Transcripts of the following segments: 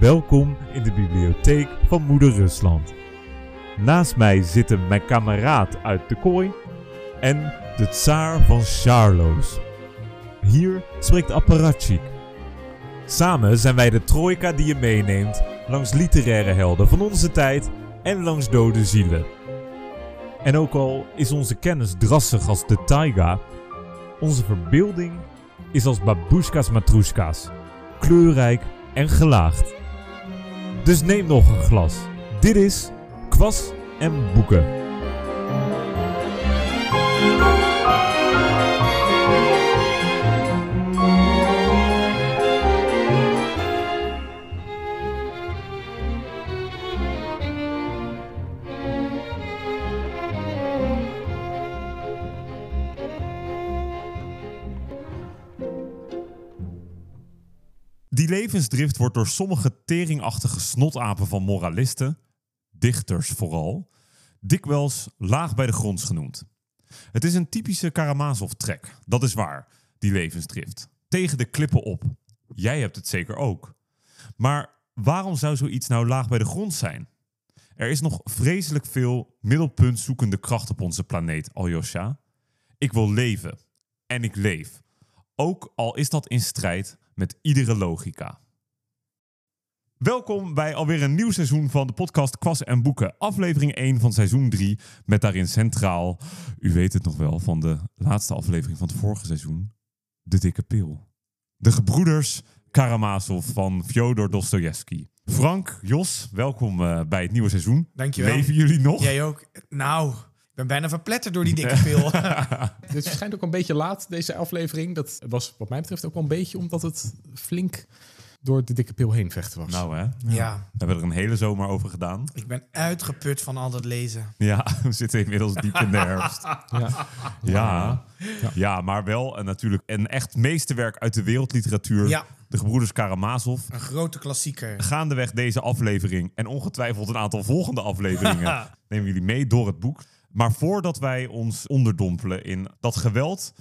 Welkom in de bibliotheek van Moeder Rusland. Naast mij zitten mijn kameraad uit de kooi en de tsaar van Charloes. Hier spreekt Apparatchik. Samen zijn wij de trojka die je meeneemt langs literaire helden van onze tijd en langs dode zielen. En ook al is onze kennis drassig als de taiga, onze verbeelding is als babushka's matroeska's, kleurrijk en gelaagd. Dus neem nog een glas. Dit is Kwas en Boeken. Die levensdrift wordt door sommige teringachtige snotapen van moralisten, dichters vooral, dikwijls laag bij de grond genoemd. Het is een typische Karamazov-trek, dat is waar, die levensdrift. Tegen de klippen op. Jij hebt het zeker ook. Maar waarom zou zoiets nou laag bij de grond zijn? Er is nog vreselijk veel middelpuntzoekende kracht op onze planeet, Aljosha. Ik wil leven. En ik leef. Ook al is dat in strijd met iedere logica. Welkom bij alweer een nieuw seizoen van de podcast Kwas en Boeken. Aflevering 1 van seizoen 3. Met daarin centraal, u weet het nog wel, van de laatste aflevering van het vorige seizoen. De dikke pil. De gebroeders Karamazov van Fyodor Dostoevsky. Frank, Jos, welkom eh, bij het nieuwe seizoen. Dankjewel. Leven jullie nog? Jij ook? Nou, ik ben bijna verpletterd door die dikke pil. Dit schijnt ook een beetje laat, deze aflevering. Dat was wat mij betreft ook wel een beetje omdat het flink door de dikke pil heen vechten was. Nou hè, we ja, hebben er een hele zomer over gedaan. ik ben uitgeput van al dat lezen. Ja, we zitten inmiddels diep in de herfst. ja. Ja. Ja. maar wel en natuurlijk een echt meesterwerk uit de wereldliteratuur. Ja. De gebroeders Karamazov. Een grote klassieker. Gaandeweg deze aflevering en ongetwijfeld een aantal volgende afleveringen nemen jullie mee door het boek. Maar voordat wij ons onderdompelen in dat geweld,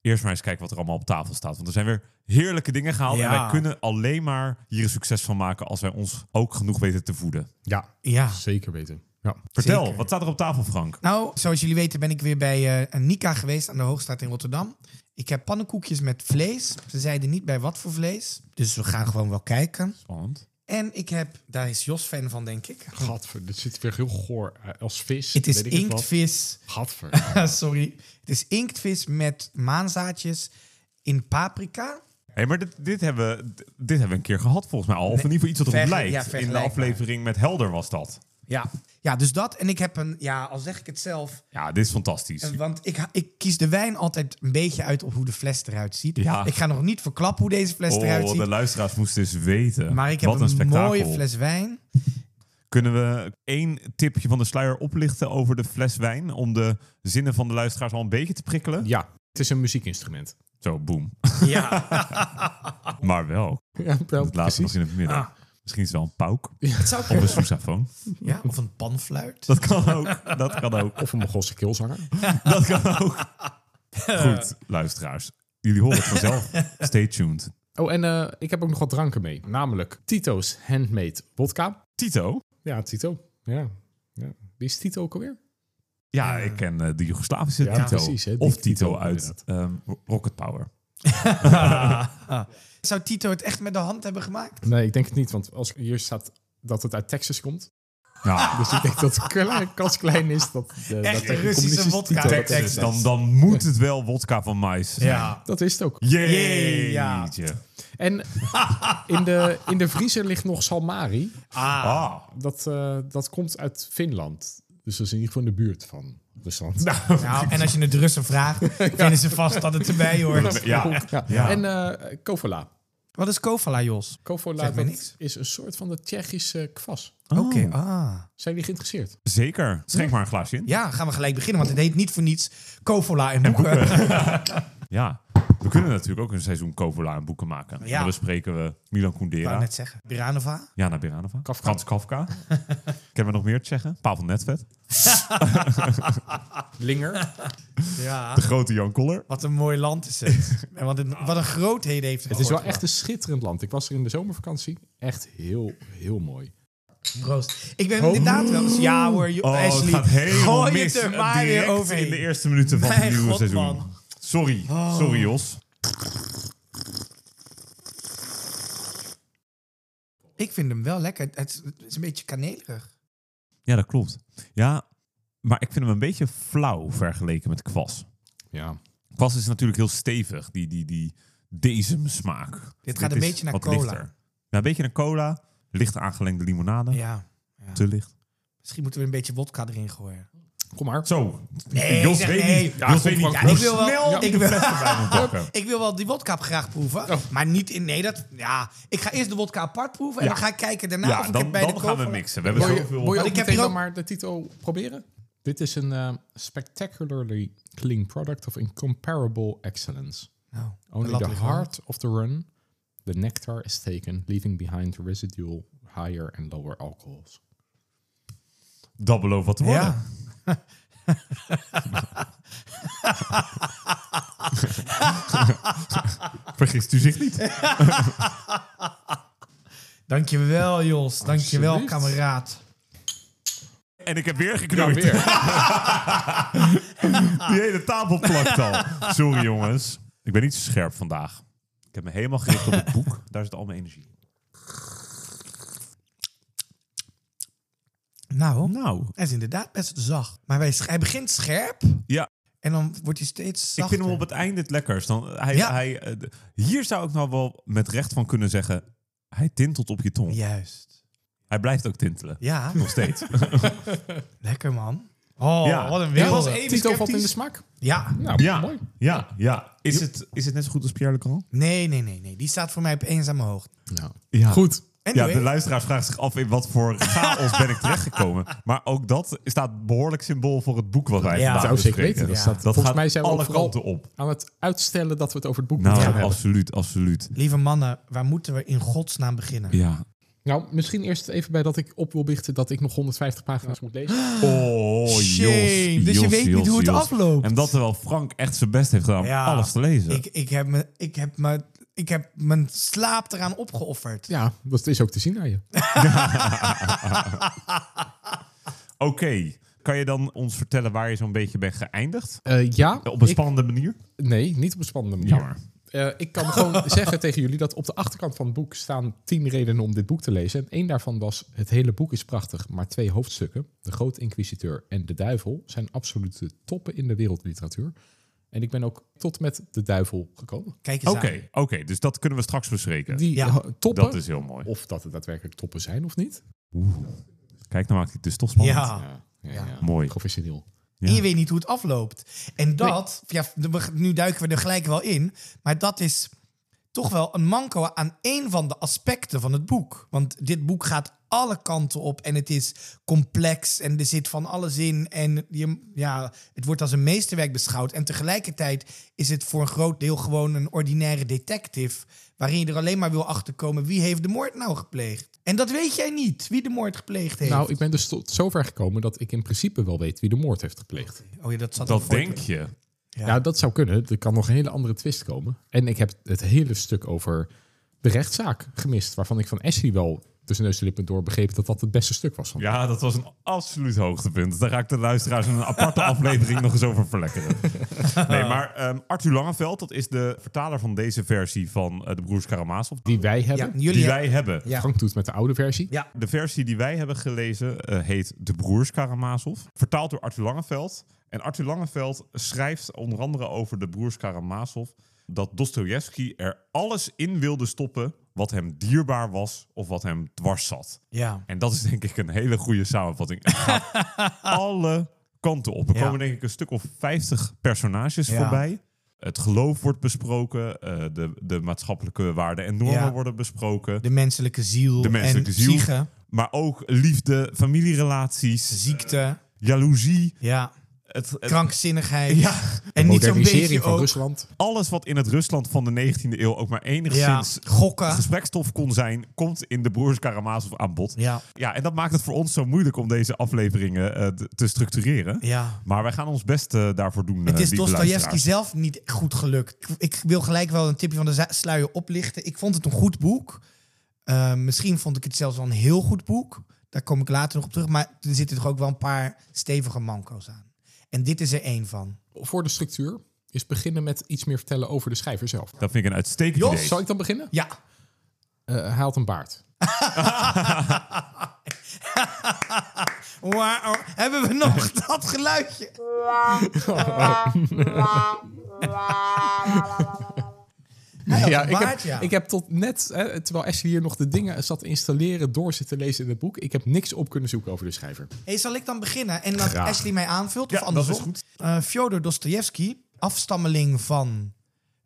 eerst maar eens kijken wat er allemaal op tafel staat. Want er zijn weer heerlijke dingen gehaald en Ja. wij kunnen alleen maar hier een succes van maken als wij ons ook genoeg weten te voeden. ja, Ja. zeker weten. Ja. Vertel, Zeker. wat staat er op tafel, Frank? Nou, zoals jullie weten ben ik weer bij eh Nika geweest aan de Hoogstraat in Rotterdam. Ik heb pannenkoekjes met vlees. Ze zeiden niet bij wat voor vlees. Dus we gaan gewoon wel kijken. Spannend. En ik heb, daar is Jos fan van denk ik. Gadver, dit zit weer heel goor eh, als vis. Het is weet ik wat. inktvis. Gadver. Sorry. Het is inktvis met maanzaadjes in paprika. Hé, maar dit, dit, hebben, we- dit hebben we een keer gehad volgens mij al. Of in ieder geval iets wat erop Verge- ja, lijkt. In de vergelijkbaar. aflevering met Helder was dat. Ja. Ja, dus dat. En ik heb een, ja, al zeg ik het zelf. Ja, dit is fantastisch. Oh, eh, Want ik, ha- ik kies de wijn altijd een beetje uit op hoe de fles eruit ziet. Ja. Ik ga nog niet verklappen hoe deze fles eruit Oh, de ziet. luisteraars moesten dus weten. Maar ik heb Wat een, een, spektakel. mooie fles wijn. Kunnen we één tipje van de sluier oplichten over de fles wijn? Om de zinnen van de luisteraars al een beetje te prikkelen? ja, het is een muziekinstrument. Zo, boem. Ja. Maar wel. Ja, wel, Het laatste nog in het Ah. midden. Misschien is het wel een pauk. Het zou Of een kunnen. sousaphone. Ja, of een panfluit. Dat kan ook. Dat kan ook. Of een Mongoolse keelzanger. Dat kan ook. Goed, luisteraars. Jullie horen het vanzelf. Stay tuned. Oh, en eh, ik heb ook nog wat dranken mee. Namelijk Tito's Handmade Vodka. Tito, Ja, Tito. Ja. ja. Wie is Tito ook alweer? Ja, ik ken eh, de Joegoslavische Ja, Tito. precies, hè, die of Tito, Tito, uit ehm, Rocket Power. Zou Tito het echt met de hand hebben gemaakt? Nee, ik denk het niet, want als hier staat dat het uit Texas komt, Nou, Dus ik denk dat de kle- kans klein is dat... De, dat Echt de Russische communistische wodka. titel- Texas. Texas. Dus dan, dan moet het wel wodka van mais. zijn. Dat is het ook. Jeetje. Ja. En in de, in de vriezer ligt nog salmari. Ah. Ah, Dat, eh, dat komt uit Finland. Dus dat is in ieder geval in de buurt van Rusland. Nou, en als je het Russen vraagt, vinden ze vast dat het erbij hoort. ja. Ja. Ja. En eh Kovola. Wat is Kovala, Jos? Kovola Zegt me dat niks. is een soort van de Tsjechische kwas. Oh. Oké, ah. Zijn jullie geïnteresseerd? Zeker. Schenk maar een glaasje in. Ja, gaan we gelijk beginnen, want het heet niet voor niets Kovola en boeken. Ja. We kunnen natuurlijk ook een seizoen Kovola en boeken maken. Ja. En dan bespreken we Milan Ik wou Kundera, net zeggen. Biranova. Jana Beranova, Kafka. Frans Kafka. Kennen we nog meer Tsjechen? Pavel Netvet. Linger. Ja. De grote Jan Koller. Wat een mooi land is het. en wat een, wat een grootheden heeft Het is wel echt een schitterend land. Ik was er in de zomervakantie. Echt heel, heel mooi. Proost. Ik ben Oh. inderdaad wel eens... Ja hoor, jo- Oh, het Ashley. gaat helemaal Gooi mis. het er maar Direct weer overheen. in de eerste minuten van Mijn het nieuwe god, seizoen. man. Sorry. Oh. Sorry, Jos. Ik vind hem wel lekker. Het is, het is een beetje kanelerig. Ja, dat klopt. Ja, maar ik vind hem een beetje flauw vergeleken met kwas. Ja. Kwas is natuurlijk heel stevig, die, die, die desemsmaak. Dit gaat is een beetje naar wat cola. lichter. Ja, een beetje naar cola, licht aangelengde limonade. Ja. ja. Te licht. Misschien moeten we een beetje wodka erin gooien. Kom maar. Zo. Nee, Jos zeg weet nee. niet. Ja, Jos kom, weet niet. Frank, Ja, ik Hoe wil wel- snel ik die wil- fles erbij moet pakken. Ik wil wel die wodka graag proeven, Oh. maar niet in... Nee, dat... Ja, ik ga eerst de wodka apart proeven en Ja. dan ga ik kijken daarna of Ja, Nou, ik dan, het bij de dan gaan we koper- mixen. We Wil hebben je, wil zoveel... je Want ook ik heb meteen hier dan ook- maar de titel proberen? Dit is een eh, spectacularly clean product of incomparable excellence. Nou, de Only lat the ligt hoog. heart of the run, the nectar is taken, leaving behind residual higher and lower alcohols. Double over wat te worden. Ja. Vergist u zich niet. Dankjewel, Jos. Dankjewel, Alsjeblieft. kameraad. En ik heb Nou, weer geknoeid. weer. Die hele tafel plakt al. Sorry jongens. Ik ben niet zo scherp vandaag. Ik heb me helemaal gericht op het boek. Daar zit al mijn energie. Nou, Nou, hij is inderdaad best zacht. Maar hij, hij begint scherp. Ja. En dan wordt hij steeds zachter. ik vind hem op het einde het lekkerst. Dan, hij, Ja. hij, eh, d- hier zou ik nou wel met recht van kunnen zeggen... Hij tintelt op je tong. Juist. Hij blijft ook tintelen. Ja, Nog steeds. lekker, man. Oh, Ja. wat een Ja, wereld. was Ja, één- Even Titel valt in de sceptisch. smaak. ja. Nou, mooi. ja, ja. Is, het, is het net zo goed als Pierre Legrand? Nee, nee, nee, nee. Die staat voor mij op eenzame hoogte. Nou, Ja. Goed. Ja, Anyway, de luisteraar vraagt zich af in wat voor chaos ben ik terechtgekomen. Maar ook dat staat behoorlijk symbool voor het boek wat wij Ja. vandaag zou zeker bespreken. weten. Dat Ja. staat, Dat volgens gaat mij zijn we alle ook vooral kanten op. aan het uitstellen dat we het over het boek Nou, moeten gaan hebben. absoluut, absoluut. lieve mannen, waar moeten we in godsnaam beginnen? Ja. Nou, misschien eerst even bij dat ik op wil biechten dat ik nog 150 pagina's moet lezen. Oh, Jos, Shame, dus je Jos, weet niet Jos, hoe het Jos. afloopt. En dat terwijl Frank echt zijn best heeft gedaan om Ja. alles te lezen. Ik, ik, heb me, ik, heb me, ik heb mijn slaap eraan opgeofferd. Ja, dat is ook te zien aan je. Oké, kan je dan ons vertellen waar je zo'n beetje bent geëindigd? Eh, ja, Op een ik- spannende manier? Nee, niet op een spannende manier. Jammer. Eh, ik kan gewoon zeggen tegen jullie dat op de achterkant van het boek staan tien redenen om dit boek te lezen. En één daarvan was: het hele boek is prachtig, maar twee hoofdstukken, de Groot Inquisiteur en de Duivel, zijn absolute toppen in de wereldliteratuur. En ik ben ook tot met de Duivel gekomen. Kijk eens Oké, aan. oké, dus dat kunnen we straks bespreken. Die Ja, ho- toppen, Dat is heel mooi. of dat het daadwerkelijk toppen zijn of niet. Kijk, nou maakt hij het dus toch spannend. Ja. Ja. Mooi. Professioneel. Ja. En je weet niet hoe het afloopt. En dat, ja, we- nu duiken we er gelijk wel in, maar dat is toch wel een manco aan één van de aspecten van het boek. Want dit boek gaat alle kanten op en het is complex en er zit van alles in. En je, ja, het wordt als een meesterwerk beschouwd. En tegelijkertijd is het voor een groot deel gewoon een ordinaire detective... waarin je er alleen maar wil achterkomen wie heeft de moord nou gepleegd. En dat weet jij niet, wie de moord gepleegd heeft. Nou, ik ben dus tot zover gekomen dat ik in principe wel weet wie de moord heeft gepleegd. oh ja, dat zat Dat ervoor. denk je. Ja. Nou, dat zou kunnen. Er kan nog een hele andere twist komen. En ik heb het hele stuk over de rechtszaak gemist. Waarvan ik van Essie wel tussen neus en lippen door begreep dat dat het beste stuk was. Van. Ja, dat was een absoluut hoogtepunt. Dus Daar raakten de luisteraars een aparte aflevering nog eens over verlekkeren. Nee, maar ehm, Arthur Langeveld, dat is de vertaler van deze versie van eh, de Broers Karamazov. Die, Die wij Ja, hebben. jullie die hebben- wij hebben. Ja. Frank doet het met de oude versie. Ja. De versie die wij hebben gelezen eh, heet De Broers Karamazov. Vertaald door Arthur Langeveld. En Arthur Langeveld schrijft onder andere over De Broers Karamazov... dat Dostoevsky er alles in wilde stoppen wat hem dierbaar was of wat hem dwars zat. Ja. En dat is denk ik een hele goede samenvatting. Het gaat alle kanten op. Er Ja. komen denk ik een stuk of 50 personages Ja. voorbij. Het geloof wordt besproken, eh, de, de maatschappelijke waarden en normen Ja. worden besproken. De menselijke ziel. De menselijke en ziel. Psyche, Maar ook liefde, familierelaties, ziekte. jaloezie, Ja. eh, het, het- Krankzinnigheid. ja, en niet zo'n beetje Modernisering van ook. Rusland. alles wat in het Rusland van de 19e eeuw ook maar Ja, enigszins gokken. gesprekstof kon zijn, komt in de Broers Karamazov aan bod. Ja, Ja, en dat maakt het voor ons zo moeilijk om deze afleveringen eh, te- te structureren. ja. Maar wij gaan ons best eh, daarvoor doen. Het eh, is lieve Dostoevsky luisteraars. zelf niet goed gelukt. Ik- Ik wil gelijk wel een tipje van de za- sluier oplichten. Ik vond het een goed boek. Eh, misschien vond ik het zelfs wel een heel goed boek. Daar kom ik later nog op terug. Maar er zitten toch ook wel een paar stevige manco's aan. En dit is er één van. Voor de structuur is beginnen met iets meer vertellen over de schrijver zelf. Dat vind ik een uitstekend Jos, idee. Zal ik dan beginnen? Ja, Eh, hij had een baard. Wauw. hebben we nog dat geluidje? Hij had een ik, baard, heb, ja. ik heb tot net, hè, terwijl Ashley hier nog de dingen zat te installeren, door zit te lezen in het boek, ik heb niks op kunnen zoeken over de schrijver. Hey, zal ik dan beginnen en dat Graag. Ashley mij aanvult? Ja, of dat andersom? is goed. Eh, Fjodor Dostoevsky, afstammeling van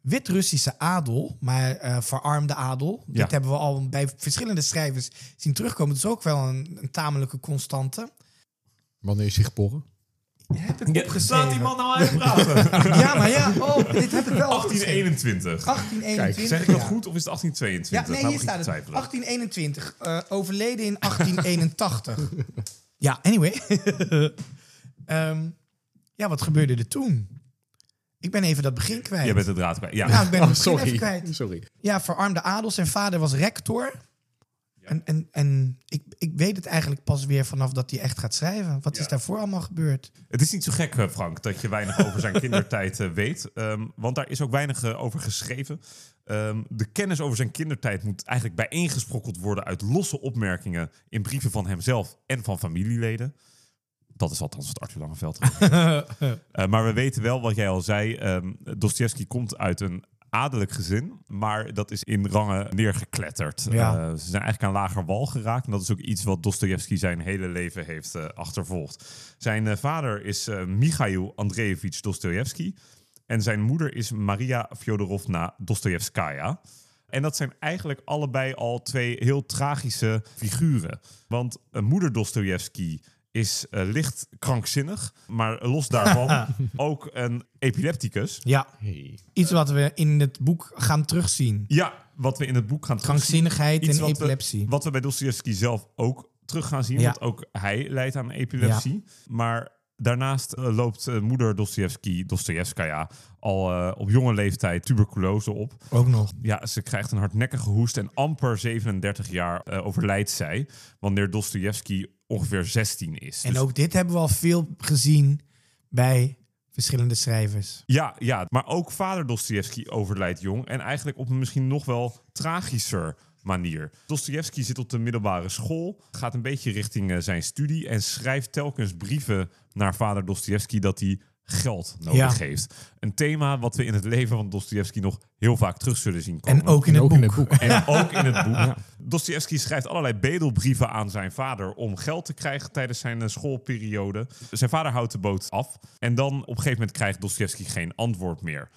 Wit-Russische adel, maar eh, verarmde adel. Ja. Dit hebben we al bij verschillende schrijvers zien terugkomen. Het is ook wel een, een tamelijke constante. Wanneer is hij geboren? Heb ik opgeschreven. Laat die man nou uitpraten. Ja, maar ja, oh, dit heb ik wel opgeschreven. 1821. 1821. Zeg ik dat ja. goed of is het 1822? Ja, nee, Nou hier begin staat het. ik te twijfelen. 1821. eh, overleden in 1881. ja, anyway. Ehm, ja, wat gebeurde er toen? Ik ben even dat begin kwijt. Jij bent het draad bij. Ja. Ja, ik ben het Oh, begin even sorry. kwijt. sorry. Ja, verarmde adel. Zijn vader was rector. En, en, en ik, ik weet het eigenlijk pas weer vanaf dat hij echt gaat schrijven. Wat is Ja. daarvoor allemaal gebeurd? Het is niet zo gek, eh, Frank, dat je weinig over zijn kindertijd eh, weet. Ehm, want daar is ook weinig eh, over geschreven. Ehm, de kennis over zijn kindertijd moet eigenlijk bijeengesprokkeld worden uit losse opmerkingen in brieven van hemzelf en van familieleden. Dat is althans het Arthur Langeveld. Eh, maar we weten wel, wat jij al zei, ehm Dostoevsky komt uit een adellijk gezin, maar dat is in rangen neergekletterd. Ja. Eh, ze zijn eigenlijk aan lager wal geraakt en dat is ook iets wat Dostoevsky zijn hele leven heeft eh, achtervolgd. Zijn eh, vader is eh Mikhail Andreevich Dostoevsky en zijn moeder is Maria Fyodorovna Dostoevskaya. En dat zijn eigenlijk allebei al twee heel tragische figuren. Want eh, moeder Dostoevsky is eh, licht krankzinnig, maar los daarvan ook een epilepticus. Ja, Hey. iets wat we in het boek gaan terugzien. Ja, wat we in het boek gaan terugzien. Krankzinnigheid Iets en wat we- epilepsie. wat we bij Dostoevsky zelf ook terug gaan zien. Ja. Want ook hij leidt aan epilepsie. Maar daarnaast eh, loopt eh, moeder Dostoevsky, Dostoevskaya, al eh, op jonge leeftijd tuberculose op. Ook nog. Ja, ze krijgt een hardnekkige hoest en amper 37 jaar eh, overlijdt zij. Wanneer Dostoevsky ongeveer 16 is. En Dus- ook dit hebben we al veel gezien bij verschillende schrijvers. Ja, ja, maar ook vader Dostoevsky overlijdt jong. En eigenlijk op een misschien nog wel tragischer manier. Dostoevsky zit op de middelbare school, gaat een beetje richting eh, zijn studie... en schrijft telkens brieven naar vader Dostoevsky dat hij geld nodig Ja. heeft. Een thema wat we in het leven van Dostoevsky nog heel vaak terug zullen zien komen. En ook in, het, En ook boek. in het boek. En ook in het boek. Dostoevsky schrijft allerlei bedelbrieven aan zijn vader om geld te krijgen tijdens zijn eh, schoolperiode. Zijn vader houdt de boot af. En dan op een gegeven moment krijgt Dostoevsky geen antwoord meer.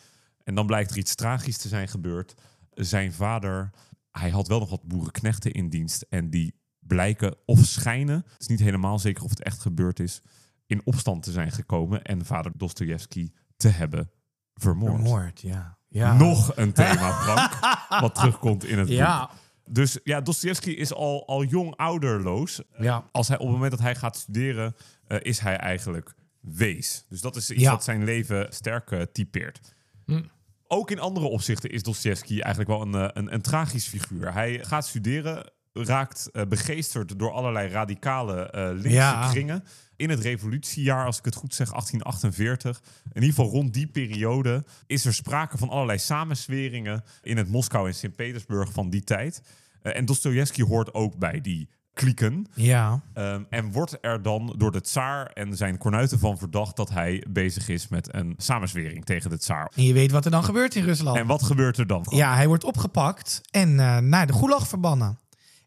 En dan blijkt er iets tragisch te zijn gebeurd. Zijn vader, hij had wel nog wat boerenknechten in dienst. En die blijken of schijnen, het is niet helemaal zeker of het echt gebeurd is, in opstand te zijn gekomen. En vader Dostoevsky te hebben vermoord. Vermoord, ja. ja. Nog een thema, Frank, wat terugkomt in het boek. Ja. Dus ja, Dostoevsky is al, al jong ouderloos. Ja. Als hij, op het moment dat hij gaat studeren, eh, is hij eigenlijk wees. Dus dat is iets Ja. Hm. wat zijn leven sterk eh, typeert. Ook in andere opzichten is Dostoevsky eigenlijk wel een, eh, een, een tragisch figuur. Hij gaat studeren, raakt eh, begeesterd door allerlei radicale eh linkse Ja. kringen. In het revolutiejaar, als ik het goed zeg, 1848. In ieder geval rond die periode is er sprake van allerlei samenzweringen in het Moskou en Sint-Petersburg van die tijd. Eh, en Dostoevsky hoort ook bij die klieken. Ja. Ehm, en wordt er dan door de tsaar en zijn kornuiten van verdacht dat hij bezig is met een samenzwering tegen de tsaar. En je weet wat er dan gebeurt in Rusland. En wat gebeurt er dan? Ja, hij wordt opgepakt en eh, naar de gulag verbannen.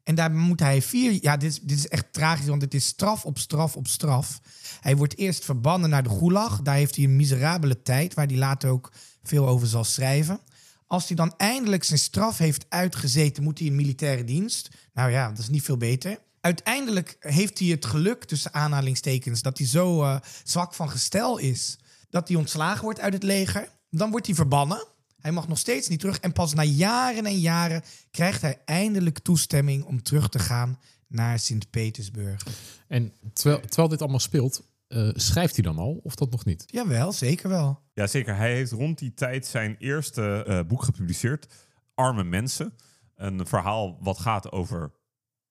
En daar moet hij vier... Ja, dit is, dit is echt tragisch, want dit is straf op straf op straf. Hij wordt eerst verbannen naar de gulag. Daar heeft hij een miserabele tijd, waar hij later ook veel over zal schrijven. Als hij dan eindelijk zijn straf heeft uitgezeten, moet hij in militaire dienst. Nou ja, dat is niet veel beter. uiteindelijk heeft hij het geluk, tussen aanhalingstekens, dat hij zo eh, zwak van gestel is, dat hij ontslagen wordt uit het leger. Dan wordt hij verbannen. Hij mag nog steeds niet terug. En pas na jaren en jaren krijgt hij eindelijk toestemming om terug te gaan naar Sint-Petersburg. En terwijl, terwijl dit allemaal speelt, eh, schrijft hij dan al of dat nog niet? Jawel, zeker wel. Jazeker, hij heeft rond die tijd zijn eerste eh, boek gepubliceerd, Arme Mensen. Een verhaal wat gaat over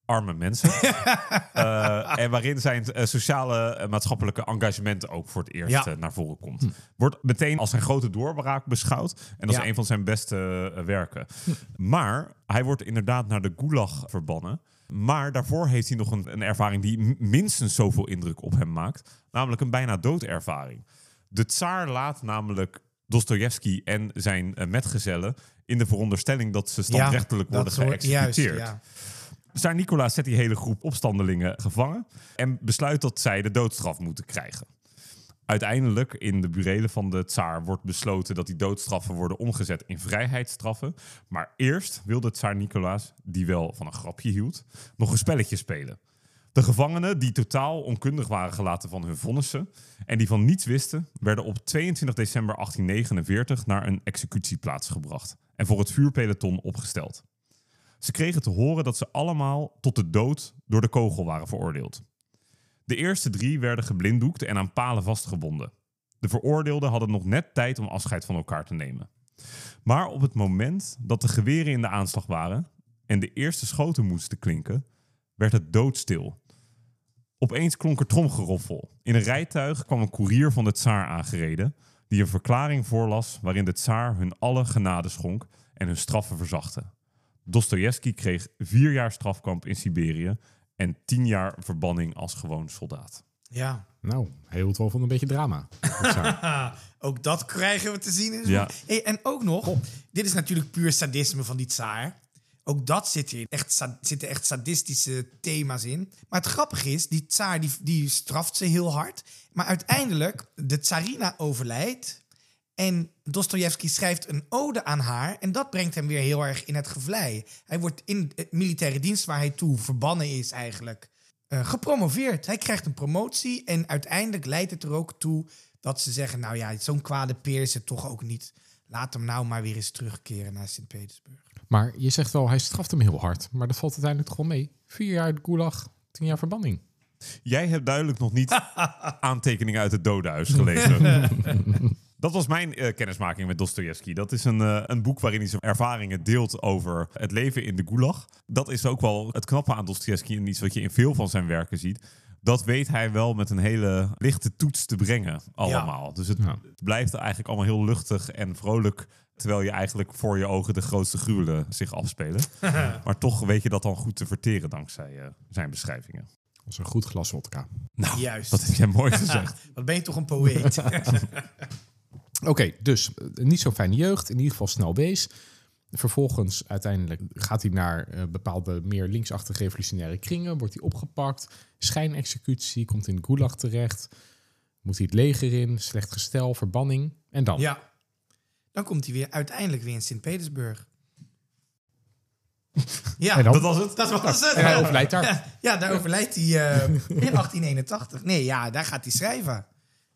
arme mensen. Eh, en waarin zijn eh, sociale en maatschappelijke engagement ook voor het eerst Ja. Hm. eh, naar voren komt. Wordt meteen als zijn grote doorbraak beschouwd. En als Ja. Hm. een van zijn beste eh, werken. Maar hij wordt inderdaad naar de gulag verbannen. Maar daarvoor heeft hij nog een, een ervaring die m- minstens zoveel indruk op hem maakt. Namelijk een bijna doodervaring. De tsaar laat namelijk Dostoevsky en zijn eh, metgezellen... in de veronderstelling dat ze standrechtelijk worden dat soort- geëxecuteerd. Juist, ja. Tsar Nicolaas zet die hele groep opstandelingen gevangen en besluit dat zij de doodstraf moeten krijgen. Uiteindelijk in de burelen van de tsaar wordt besloten dat die doodstraffen worden omgezet in vrijheidsstraffen. Maar eerst wilde tsaar Nicolaas, die wel van een grapje hield, nog een spelletje spelen. De gevangenen, die totaal onkundig waren gelaten van hun vonnissen en die van niets wisten, werden op 22 december 1849 naar een executieplaats gebracht en voor het vuurpeloton opgesteld. Ze kregen te horen dat ze allemaal tot de dood door de kogel waren veroordeeld. De eerste drie werden geblinddoekt en aan palen vastgebonden. De veroordeelden hadden nog net tijd om afscheid van elkaar te nemen. Maar op het moment dat de geweren in de aanslag waren en de eerste schoten moesten klinken, werd het doodstil. Opeens klonk er tromgeroffel. In een rijtuig kwam een koerier van de tsaar aangereden, die een verklaring voorlas waarin de tsaar hun alle genade schonk en hun straffen verzachtte. Dostojevski kreeg vier jaar strafkamp in Siberië en tien jaar verbanning als gewoon soldaat. ja. Nou, hij hield wel van een beetje drama. Dat zou- Ah, ook dat krijgen we te zien. in zo'n- Ja. Hey, en ook nog, dit is natuurlijk puur sadisme van die tsaar. Ook dat zit hierin. Echt, sa- zitten echt sadistische thema's in. Maar het grappige is, die tsaar die, die straft ze heel hard. Maar uiteindelijk, de tsarina overlijdt. En Dostojevski schrijft een ode aan haar. En dat brengt hem weer heel erg in het gevlei. Hij wordt in het militaire dienst waar hij toe verbannen is eigenlijk... eh, gepromoveerd. Hij krijgt een promotie. En uiteindelijk leidt het er ook toe dat ze zeggen... nou ja, zo'n kwade peer is het toch ook niet. Laat hem nou maar weer eens terugkeren naar Sint-Petersburg. maar je zegt wel, hij straft hem heel hard. Maar dat valt uiteindelijk gewoon mee. Vier jaar de gulag, tien jaar verbanning. Jij hebt duidelijk nog niet aantekeningen uit het dodenhuis gelezen. Dat was mijn eh, kennismaking met Dostojevski. Dat is een, eh, een boek waarin hij zijn ervaringen deelt over het leven in de gulag. Dat is ook wel het knappe aan Dostojevski en iets wat je in veel van zijn werken ziet. Dat weet hij wel met een hele lichte toets te brengen allemaal. Dus het Ja. blijft eigenlijk allemaal heel luchtig en vrolijk. Terwijl je eigenlijk voor je ogen de grootste gruwelen zich afspelen. maar toch weet je dat dan goed te verteren dankzij eh, zijn beschrijvingen. Dat is een goed glas wodka. Nou, Juist. dat heb jij mooi gezegd. Wat ben je toch een poëet? Oké, dus eh, niet zo'n fijne jeugd. In ieder geval snel wees. Vervolgens uiteindelijk gaat hij naar eh, bepaalde meer linksachtige revolutionaire kringen. Wordt hij opgepakt. Schijnexecutie. Komt in de gulag terecht. Moet hij het leger in. Slecht gestel. Verbanning. En dan? ja. Dan komt hij weer uiteindelijk weer in Sint-Petersburg. Ja, En dan? Dat was het. Dat was het. En hij overlijdt daar. Ja, daar overlijdt hij eh, in 1881. Nee, ja, daar gaat hij schrijven.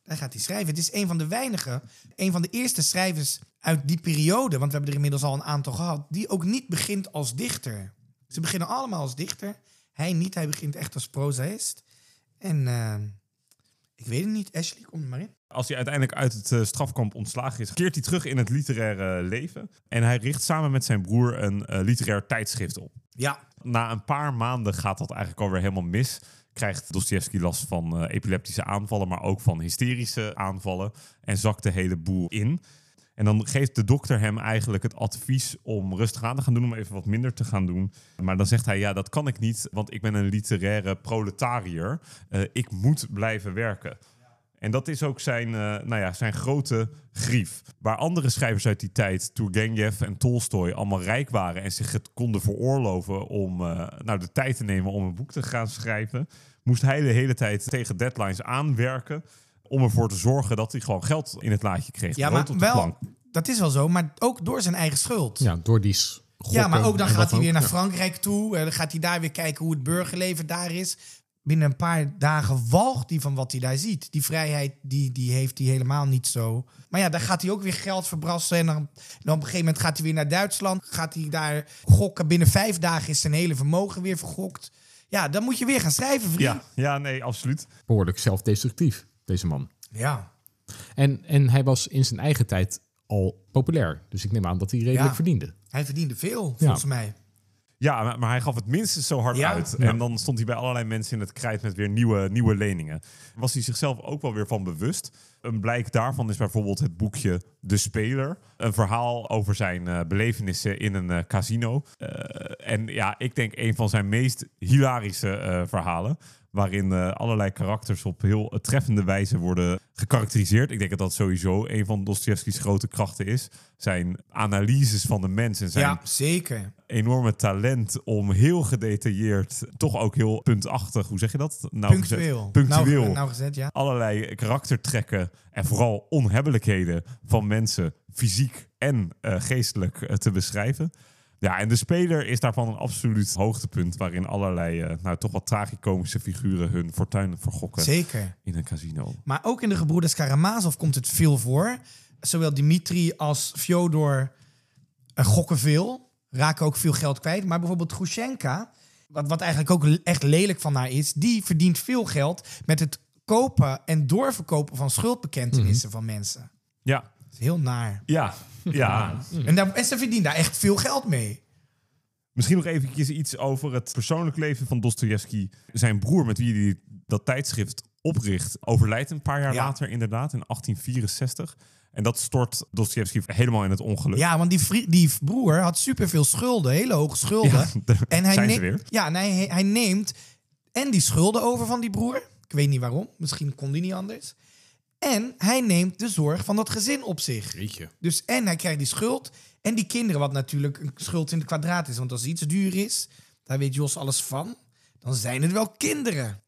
Daar gaat hij schrijven. Het is een van de weinige, een van de eerste schrijvers uit die periode, want we hebben er inmiddels al een aantal gehad, die ook niet begint als dichter. Ze beginnen allemaal als dichter. Hij niet, hij begint echt als prozaïst. En eh, ik weet het niet, Ashley, kom er maar in. Als hij uiteindelijk uit het eh, strafkamp ontslagen is, keert hij terug in het literaire eh, leven. En hij richt samen met zijn broer een eh, literair tijdschrift op. Ja, Na een paar maanden gaat dat eigenlijk alweer helemaal mis. Krijgt Dostoevsky last van eh, epileptische aanvallen, maar ook van hysterische aanvallen. En zakt de hele boel in. En dan geeft de dokter hem eigenlijk het advies om rustig aan te gaan doen, om even wat minder te gaan doen. Maar dan zegt hij, ja, dat kan ik niet, want ik ben een literaire proletariër. Eh, ik moet blijven werken. En dat is ook zijn, eh, nou ja, zijn grote grief. Waar andere schrijvers uit die tijd, Turgenev en Tolstoy, allemaal rijk waren en zich het konden veroorloven om eh, nou, de tijd te nemen om een boek te gaan schrijven, moest hij de hele tijd tegen deadlines aanwerken om ervoor te zorgen dat hij gewoon geld in het laadje kreeg. ja brood op maar de plank. wel, dat is wel zo, maar ook door zijn eigen schuld. Ja, door die s- Ja, maar gokken ook dan en gaat wat hij weer ook. naar Ja. Frankrijk toe. En dan gaat hij daar weer kijken hoe het burgerleven daar is. Binnen een paar dagen walgt hij van wat hij daar ziet. Die vrijheid die, die heeft hij helemaal niet zo. Maar ja, daar gaat hij ook weer geld verbrassen. En dan, dan op een gegeven moment gaat hij weer naar Duitsland. Gaat hij daar gokken. Binnen vijf dagen is zijn hele vermogen weer vergokt. Ja, dan moet je weer gaan schrijven, vriend. Ja, ja, nee, absoluut. Behoorlijk zelfdestructief, deze man. ja. En, en hij was in zijn eigen tijd al populair. Dus ik neem aan dat hij redelijk Ja. verdiende. hij verdiende veel, volgens mij. Ja, maar- maar hij gaf het minstens zo hard Ja. uit. En dan stond hij bij allerlei mensen in het krijt met weer nieuwe, nieuwe leningen. Was hij zichzelf ook wel weer van bewust. Een blijk daarvan is bijvoorbeeld het boekje De Speler. Een verhaal over zijn eh, belevenissen in een eh, casino. Eh, en ja, ik denk een van zijn meest hilarische eh, verhalen. Waarin eh, allerlei karakters op heel eh, treffende wijze worden gekarakteriseerd. Ik denk dat dat sowieso een van Dostoevsky's grote krachten is. Zijn analyses van de mens en zijn Ja, zeker. enorme talent om heel gedetailleerd, toch ook heel puntachtig, hoe zeg je dat? Nou, Punctueel. gezet- punctueel. Nou, nou gezet, ja. Allerlei karaktertrekken en vooral onhebbelijkheden van mensen, fysiek en eh, geestelijk, eh, te beschrijven. Ja, en de speler is daarvan een absoluut hoogtepunt, waarin allerlei, eh, nou toch wat tragicomische figuren hun fortuin vergokken Zeker. in een casino. Maar ook in de gebroeders Karamazov komt het veel voor. Zowel Dimitri als Fyodor eh, gokken veel, raken ook veel geld kwijt. Maar bijvoorbeeld Grushenka, wat, wat eigenlijk ook l- echt lelijk van haar is, die verdient veel geld met het kopen en doorverkopen van schuldbekentenissen van mensen. Ja, Dat is heel naar. ja, ja. En, daar, en ze verdient daar echt veel geld mee. Misschien nog eventjes iets over het persoonlijk leven van Dostoevsky. Zijn broer, met wie hij dat tijdschrift opricht, overlijdt een paar jaar Ja. later inderdaad, in 1864. En dat stort Dostoevsky helemaal in het ongeluk. Ja, want die, vri- die broer had superveel schulden, hele hoge schulden. Ja, daar en hij zijn ze neemt- weer. Ja, en hij, hij neemt en die schulden over van die broer. Ik weet niet waarom, misschien kon die niet anders. En hij neemt de zorg van dat gezin op zich. Jeetje. Dus en hij krijgt die schuld en die kinderen, wat natuurlijk een schuld in het kwadraat is. Want als iets duur is, daar weet Jos alles van, dan zijn het wel kinderen.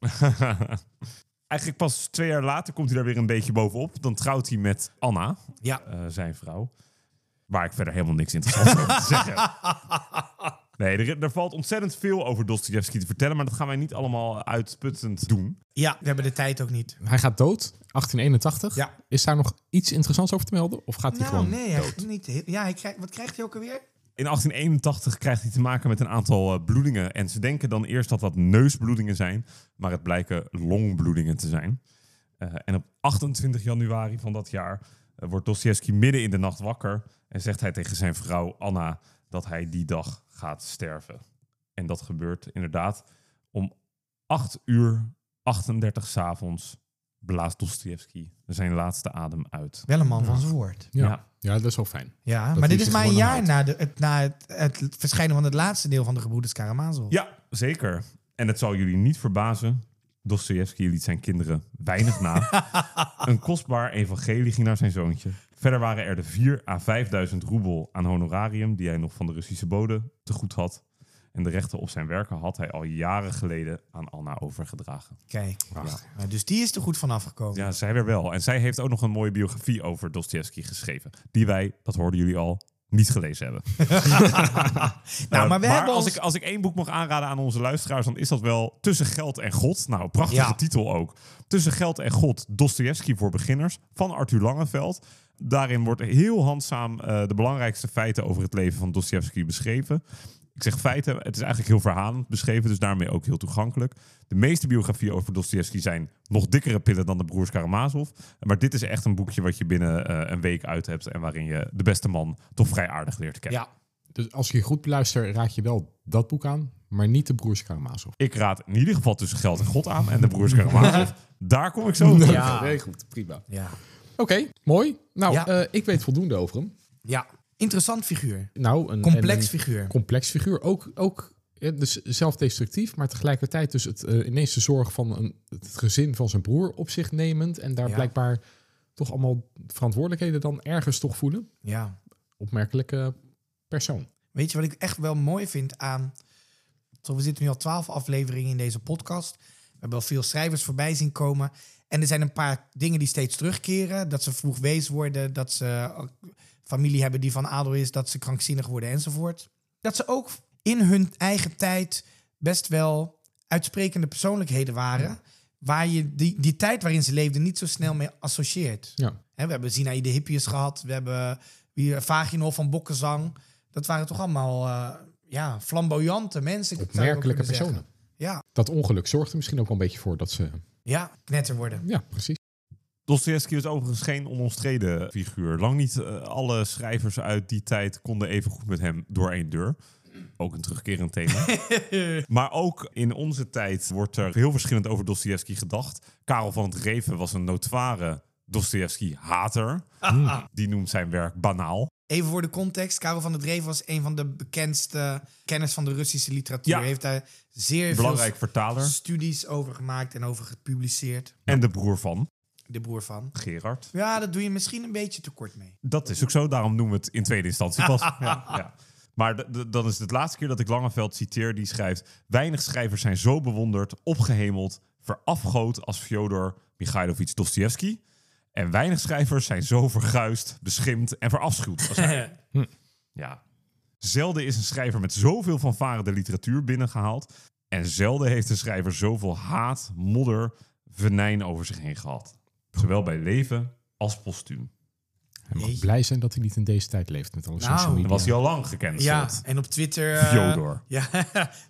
Eigenlijk pas twee jaar later komt hij daar weer een beetje bovenop. Dan trouwt hij met Anna, Ja, eh, zijn vrouw. Waar ik verder helemaal niks interessants over te zeggen heb. Nee, er, er valt ontzettend veel over Dostoevsky te vertellen, maar dat gaan wij niet allemaal uitputtend doen. ja, we hebben de tijd ook niet. Hij gaat dood, 1881. Ja. Is daar nog iets interessants over te melden? Of gaat hij Nou, gewoon nee, hij dood? gaat niet. heel- Ja, hij krijgt, wat krijgt hij ook alweer? In 1881 krijgt hij te maken met een aantal eh, bloedingen. En ze denken dan eerst dat dat neusbloedingen zijn, maar het blijken longbloedingen te zijn. Eh, en op 28 januari van dat jaar eh, wordt Dostoevsky midden in de nacht wakker en zegt hij tegen zijn vrouw Anna dat hij die dag gaat sterven. En dat gebeurt inderdaad om 8 uur 38 s'avonds blaast Dostoevsky zijn laatste adem uit. Wel een man van zijn woord. Ja. Ja. Ja. dat is wel fijn. Ja, Dat maar dit liedje is maar een gewoon jaar een na, de, het, na het, het verschijnen van het laatste deel van de Gebroeders Karamazov. Ja, zeker. En het zal jullie niet verbazen. Dostoevsky liet zijn kinderen weinig na. een kostbaar evangelie ging naar zijn zoontje. Verder waren er de 4 à 5000 roebel aan honorarium die hij nog van de Russische bode te goed had. En de rechten op zijn werken had hij al jaren geleden aan Anna overgedragen. Kijk, Nou, dus die is er goed van afgekomen. Ja, zij weer wel. En zij heeft ook nog een mooie biografie over Dostoevsky geschreven. Die wij, dat hoorden jullie al, niet gelezen hebben. nou, Eh, maar we hebben als, ons- ik, als ik één boek mag aanraden aan onze luisteraars, dan is dat wel Tussen Geld en God. Nou, prachtige Ja. titel ook. Tussen Geld en God, Dostoevsky voor beginners van Arthur Langeveld. Daarin wordt heel handzaam eh, de belangrijkste feiten over het leven van Dostoevsky beschreven. Ik zeg feiten, het is eigenlijk heel verhalend beschreven, dus daarmee ook heel toegankelijk. De meeste biografieën over Dostoevsky zijn nog dikkere pillen dan de broers Karamazov. Maar dit is echt een boekje wat je binnen eh, een week uit hebt en waarin je de beste man toch vrij aardig leert kennen. ja. Dus als je goed beluistert, raad je wel dat boek aan, maar niet de broers Karamazov. Ik raad in ieder geval tussen geld en God aan en de broers Karamazov. Daar kom ik zo op terug. heel goed. Prima. Ja. Oké, mooi. Nou, Ja. eh, ik weet voldoende over hem. ja, interessant figuur. Nou, een, Complex een- figuur. complex figuur. Ook, ook eh, dus zelfdestructief, maar tegelijkertijd dus het, eh, ineens de zorg van een, het gezin van zijn broer op zich nemend. En daar Ja. blijkbaar toch allemaal verantwoordelijkheden dan ergens toch voelen. Ja. Opmerkelijke persoon. Weet je wat ik echt wel mooi vind aan... Zo, we zitten nu al twaalf afleveringen in deze podcast. We hebben al veel schrijvers voorbij zien komen. En er zijn een paar dingen die steeds terugkeren. Dat ze vroeg wees worden, dat ze eh, familie hebben die van adel is... dat ze krankzinnig worden enzovoort. dat ze ook in hun eigen tijd best wel uitsprekende persoonlijkheden waren. Waar je die, die tijd waarin ze leefden niet zo snel mee associeert. Ja. Hè, we hebben Zinaïde Hippius gehad. We hebben hier Vaginol van Bokkenzang. Dat waren toch allemaal eh, ja, flamboyante mensen. zou ik ook Opmerkelijke kunnen personen. zeggen. Ja. Dat ongeluk zorgt er misschien ook wel een beetje voor dat ze... Ja, knetter worden. Ja, precies. Dostoevsky was overigens geen onomstreden figuur. Lang niet eh, alle schrijvers uit die tijd konden even goed met hem door één deur. Ook een terugkerend thema. maar ook in onze tijd wordt er heel verschillend over Dostoevsky gedacht. Karel van het Reven was een notoire Dostoevsky-hater. Die noemt zijn werk banaal. Even voor de context. Karel van der Dreven was een van de bekendste kenners van de Russische literatuur. Ja. Hij heeft daar zeer Belangrijk veel vertaler. studies over gemaakt en over gepubliceerd. En de broer van De broer van. Gerard. Ja, dat doe je misschien een beetje tekort mee. Dat is ook zo, daarom noemen we het in tweede instantie pas. ja, ja. Maar d- d- dan is het de laatste keer dat ik Langeveld citeer, die schrijft... Weinig schrijvers zijn zo bewonderd, opgehemeld, verafgoot als Fyodor Mikhailovich Dostoevsky. En weinig schrijvers zijn zo verguisd, beschimd en verafschuwd als hij. ja. Zelden is een schrijver met zoveel fanfare de literatuur binnengehaald. En zelden heeft een schrijver zoveel haat, modder, venijn over zich heen gehad. Zowel bij leven als postuum. Hij mag Jeetje. blij zijn dat hij niet in deze tijd leeft met alle Nou, social media. Dan was hij al lang gekend. Ja, en op Twitter... eh, Fyodor. Ja,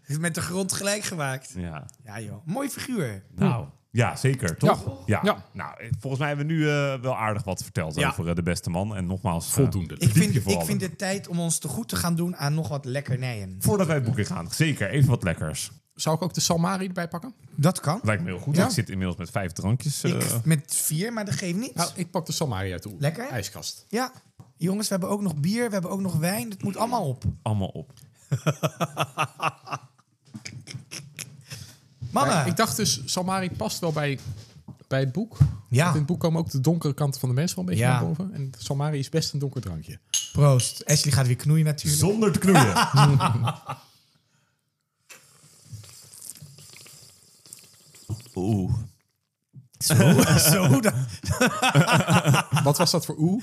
is met de grond gelijk gemaakt. Ja. Ja joh, mooi figuur. Nou, ja, zeker, toch? Ja. Ja. Nou, eh, volgens mij hebben we nu eh, wel aardig wat verteld Ja. over eh, de beste man. En nogmaals... eh, Voldoende. Ik diepje vind, ik vooral. vind het tijd om ons te goed te gaan doen aan nog wat lekkernijen. Voordat wij het boek in gaan, zeker even wat lekkers. Zou ik ook de salmari erbij pakken? Dat kan. Lijkt me heel goed. Ja. Ik zit inmiddels met vijf drankjes. eh, Ik met vier, maar dat geeft niets. Nou, ik pak de salmari uit de oe- Lekker? ijskast. Ja, jongens, we hebben ook nog bier, we hebben ook nog wijn. Het moet allemaal op. allemaal op. Mannen, Ik dacht dus, salmari past wel bij, bij het boek. Ja. Want in het boek komen ook de donkere kanten van de mens wel een beetje Ja. naar boven. En salmari is best een donker drankje. proost. Ashley gaat weer knoeien natuurlijk. Zonder te knoeien. Oeh. Zo, dat- Wat was dat voor oe?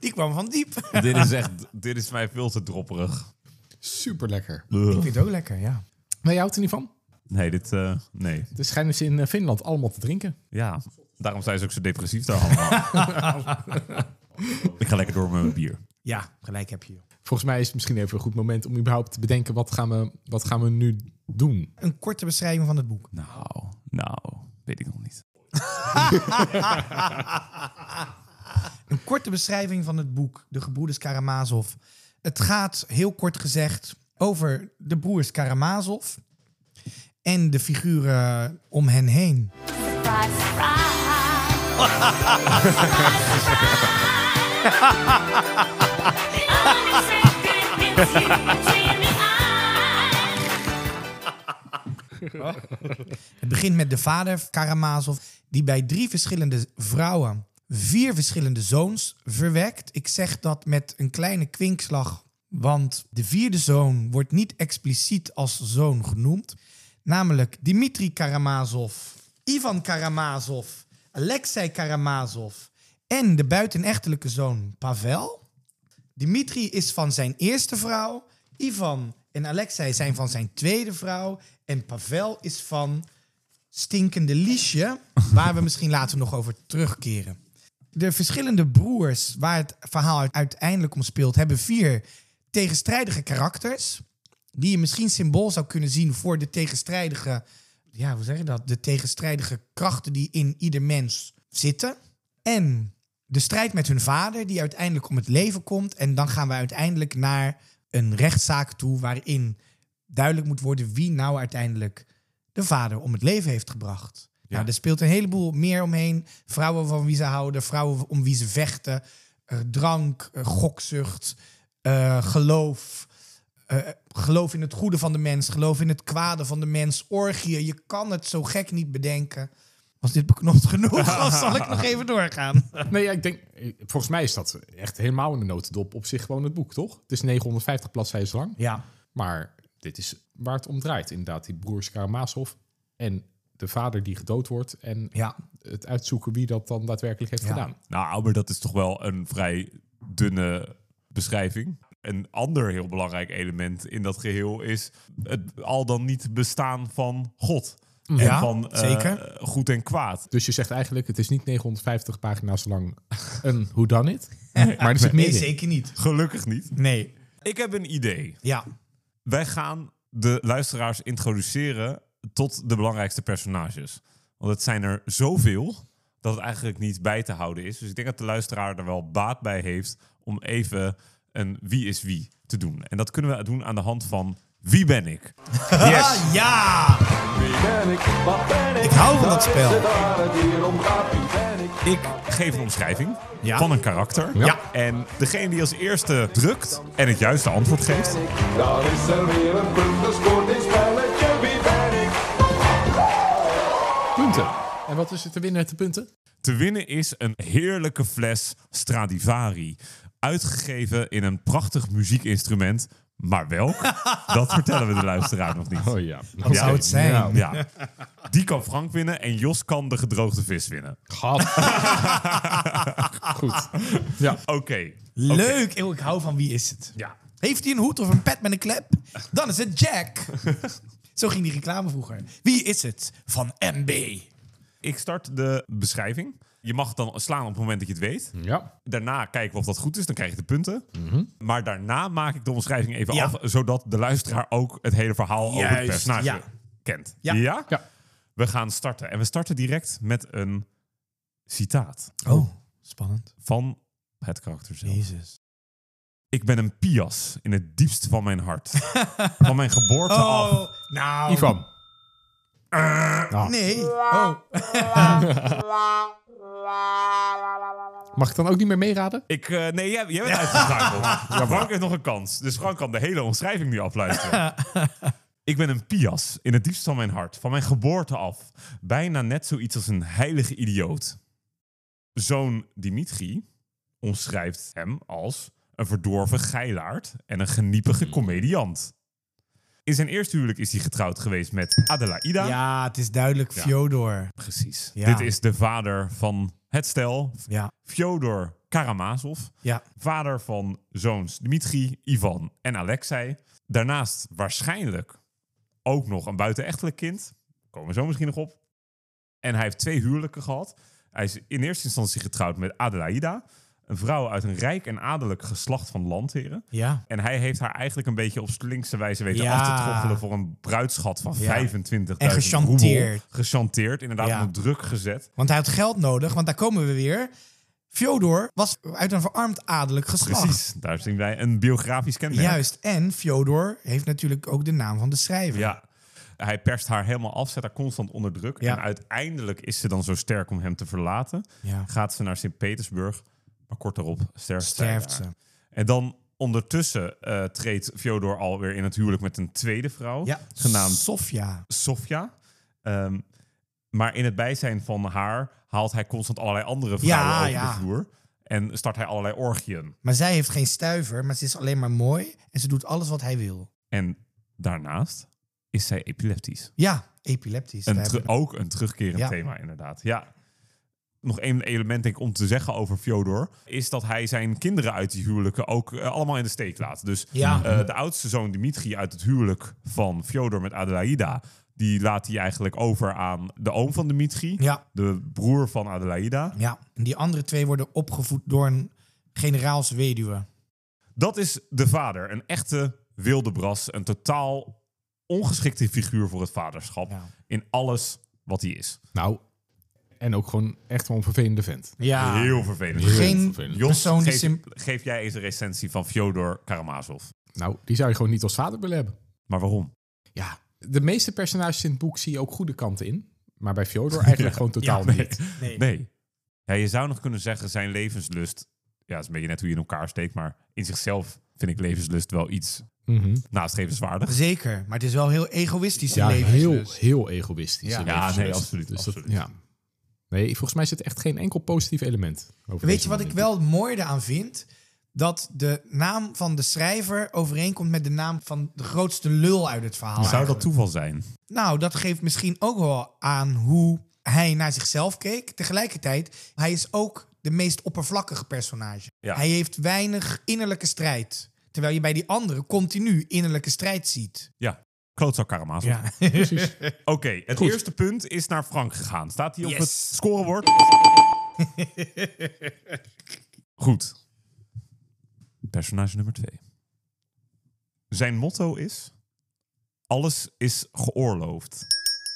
die kwam van diep. Ik dit is echt... Dit is mij veel te dropperig. Super lekker. vind het ook lekker, ja. Maar je Nou, houdt er niet van? Nee, dit... eh, nee. Dus schijnen ze in eh, Finland allemaal te drinken. Ja, daarom zijn ze ook zo depressief daar allemaal. ik ga lekker door met mijn bier. Ja, gelijk heb je. joh. Volgens mij is het misschien even een goed moment om überhaupt te bedenken... wat gaan we, wat gaan we nu doen? Een korte beschrijving van het boek. Nou, nou, weet ik nog niet. Een korte beschrijving van het boek, De Gebroeders Karamazov. Het gaat, heel kort gezegd, over de broers Karamazov en de figuren om hen heen. Surprise, surprise. The only secret is you between the eyes. Het begint met de vader Karamazov, die bij drie verschillende vrouwen vier verschillende zoons verwekt. Ik zeg dat met een kleine kwinkslag, want de vierde zoon wordt niet expliciet als zoon genoemd. Namelijk Dmitri Karamazov, Ivan Karamazov, Alexei Karamazov en de buitenechtelijke zoon Pavel. Dimitri is van zijn eerste vrouw. Ivan en Alexei zijn van zijn tweede vrouw. En Pavel is van stinkende Liesje, waar we misschien later nog over terugkeren. De verschillende broers waar het verhaal uiteindelijk om speelt, hebben vier tegenstrijdige karakters. Die je misschien symbool zou kunnen zien voor de tegenstrijdige, ja, hoe zeg je dat? De tegenstrijdige krachten die in ieder mens zitten. En de strijd met hun vader, die uiteindelijk om het leven komt. En dan gaan we uiteindelijk naar een rechtszaak toe waarin duidelijk moet worden wie nou uiteindelijk de vader om het leven heeft gebracht. Nou, er speelt een heleboel meer omheen. Vrouwen van wie ze houden, vrouwen om wie ze vechten, eh, drank, eh, gokzucht, eh, geloof. eh, geloof in het goede van de mens, geloof in het kwade van de mens, orgieën. Je kan het zo gek niet bedenken. Was dit beknopt genoeg? Of zal ik nog even doorgaan? Nee, ja, ik denk... eh, Volgens mij is dat echt helemaal in de notendop op zich gewoon het boek, toch? Het is 950 bladzijden lang. Ja. Maar dit is waar het om draait. Inderdaad, die broers Karamazov en de vader die gedood wordt. En Ja. het uitzoeken wie dat dan daadwerkelijk heeft Ja. gedaan. Nou, maar dat is toch wel een vrij dunne beschrijving. een ander heel belangrijk element in dat geheel is het al dan niet bestaan van God. Ja, en van eh, zeker. goed en kwaad. Dus je zegt eigenlijk, het is niet 950 pagina's lang een hoe dan it. Maar er zit meer Nee, in. zeker niet. Gelukkig niet. Nee. Ik heb een idee. Ja. Wij gaan de luisteraars introduceren tot de belangrijkste personages. Want het zijn er zoveel dat het eigenlijk niet bij te houden is. Dus ik denk dat de luisteraar er wel baat bij heeft om even een wie is wie te doen. En dat kunnen we doen aan de hand van wie ben ik? Yes. Ah, ja! Ik hou van dat spel. Ik geef een omschrijving Ja. van een karakter. Ja. En degene die als eerste drukt en het juiste antwoord geeft, Daar is er weer een punt gescoord in spelletje. Wie ben ik? punten. En wat is er te winnen te punten? te winnen is een heerlijke fles Stradivari. Uitgegeven in een prachtig muziekinstrument. Maar welk? dat vertellen we de luisteraar nog niet. ja. Wat zou het zijn? Ja. Die kan Frank winnen en Jos kan de gedroogde vis winnen. Gad. Goed. Ja. Oké. Leuk. Eeuw, ik hou van wie is het. Ja. Heeft hij een hoed of een pet met een klep? Dan is het Jack. Zo ging die reclame vroeger. Wie is het? Van MB. Ik start de beschrijving. Je mag dan slaan op het moment dat je het weet. Ja. Daarna kijken we of dat goed is, dan krijg je de punten. Maar daarna maak ik de omschrijving even Ja. af, zodat de luisteraar ook het hele verhaal over het Juist, personage ja. kent. Ja. Ja. We gaan starten. En we starten direct met een citaat Oh, spannend. van het karakter zelf. Jezus. Ik ben een pias in het diepst van mijn hart. van mijn geboorte af. Oh, nou. Ivan. Ah, Nee. Oh. Mag ik dan ook niet meer meeraden? Ik, eh, nee, jij, jij bent uitgeschakeld. Frank heeft nog een kans. Dus Frank kan de hele omschrijving nu afluisteren. ik ben een pias in het diepst van mijn hart. Van mijn geboorte af. Bijna net zoiets als een heilige idioot. Zoon Dimitri omschrijft hem als een verdorven geilaard en een geniepige comediant. In zijn eerste huwelijk is hij getrouwd geweest met Adelaida. Ja, het is duidelijk Fjodor. precies. Ja. Dit is de vader van het stel, Ja. Fjodor Karamazov Ja. vader van zoons Dmitri, Ivan en Alexei. Daarnaast waarschijnlijk ook nog een buitenechtelijk kind. Komen we zo misschien nog op. En hij heeft twee huwelijken gehad. Hij is in eerste instantie getrouwd met Adelaida, een vrouw uit een rijk en adellijk geslacht van landheren. Ja. En hij heeft haar eigenlijk een beetje op slinkse wijze weten Ja. af te troggelen voor een bruidschat van Ja. 25.000 En gechanteerd. roebel. Gechanteerd, inderdaad, Ja. onder druk gezet. Want hij had geld nodig, want daar komen we weer. Fjodor was uit een verarmd adellijk geslacht. Precies, daar zien wij een biografisch kenmerk. Juist. En Fjodor heeft natuurlijk ook de naam van de schrijver. Ja. Hij perst haar helemaal af, zet haar constant onder druk. Ja. En uiteindelijk is ze dan zo sterk om hem te verlaten. Ja. Gaat ze naar Sint-Petersburg, maar kort daarop sterft, Sterft zij daar. ze. En dan ondertussen eh, treedt Fjodor alweer in het huwelijk met een tweede vrouw, Ja. genaamd Sofia. Sofia. Ehm, maar in het bijzijn van haar haalt hij constant allerlei Ja, andere vrouwen over ja. de vloer. En start hij allerlei orgieën. Maar zij heeft geen stuiver, maar ze is alleen maar mooi en ze doet alles wat hij wil. En daarnaast is zij epileptisch. Ja, epileptisch. Een Daar teru- hebben we- ook een terugkerend Ja. thema, inderdaad. Ja. Nog één element denk ik, om te zeggen over Fjodor... is dat hij zijn kinderen uit die huwelijken ook eh, allemaal in de steek laat. Dus Ja. eh, de oudste zoon Dimitri uit het huwelijk van Fjodor met Adelaida... die laat hij eigenlijk over aan de oom van Dimitri, Ja. de broer van Adelaida. Ja, en die andere twee worden opgevoed door een generaalsweduwe. Dat is de vader, een echte wilde bras, een totaal ongeschikte figuur voor het vaderschap... Ja. in alles wat hij is. Nou, en ook gewoon echt wel een vervelende vent. Ja. Heel vervelend. Geen vervelend. Jos, persoon die geef, sim- geef jij eens een recensie van Fjodor Karamazov. Nou, die zou je gewoon niet als vader willen hebben. Maar waarom? Ja, de meeste personages in het boek zie je ook goede kanten in. Maar bij Fjodor eigenlijk gewoon totaal niet. Nee. Ja, je zou nog kunnen zeggen zijn levenslust... Ja, dat is een beetje net hoe je in elkaar steekt. Maar in zichzelf vind ik levenslust wel iets Mhm. nastrevenswaardig. Zeker, maar het is wel heel egoïstisch Ja, leven. dus. heel, heel egoïstisch. Ja. de Ja, levenslust. nee, absoluut, Dus dat- absoluut. ja. Nee, volgens mij zit echt geen enkel positief element. Over Weet deze je wat man ik in het wel mooi eraan vind? Dat de naam van de schrijver overeenkomt met de naam van de grootste lul uit het verhaal. Zou dat eigenlijk. toeval zijn? Nou, dat geeft misschien ook wel aan hoe hij naar zichzelf keek. Tegelijkertijd, hij is ook de meest oppervlakkige personage. Ja. Hij heeft weinig innerlijke strijd. Terwijl je bij die andere continu innerlijke strijd ziet. Ja, klootzak Karamazov. Ja. Precies. Oké, het eerste punt is naar Frank gegaan. Staat hij op Yes. het scorebord? Goed. Personage nummer twee. Zijn motto is... Alles is geoorloofd.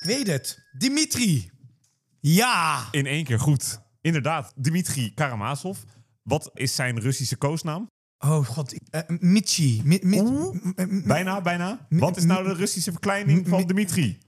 Ik weet het. Dimitri. Ja. In één keer goed. Inderdaad, Dmitri Karamazov. Wat is zijn Russische koosnaam? Oh god. ik- eh, Michi. Mi- mi- m- m- Bijna, bijna. Wat is nou de Russische verkleining van Dmitri?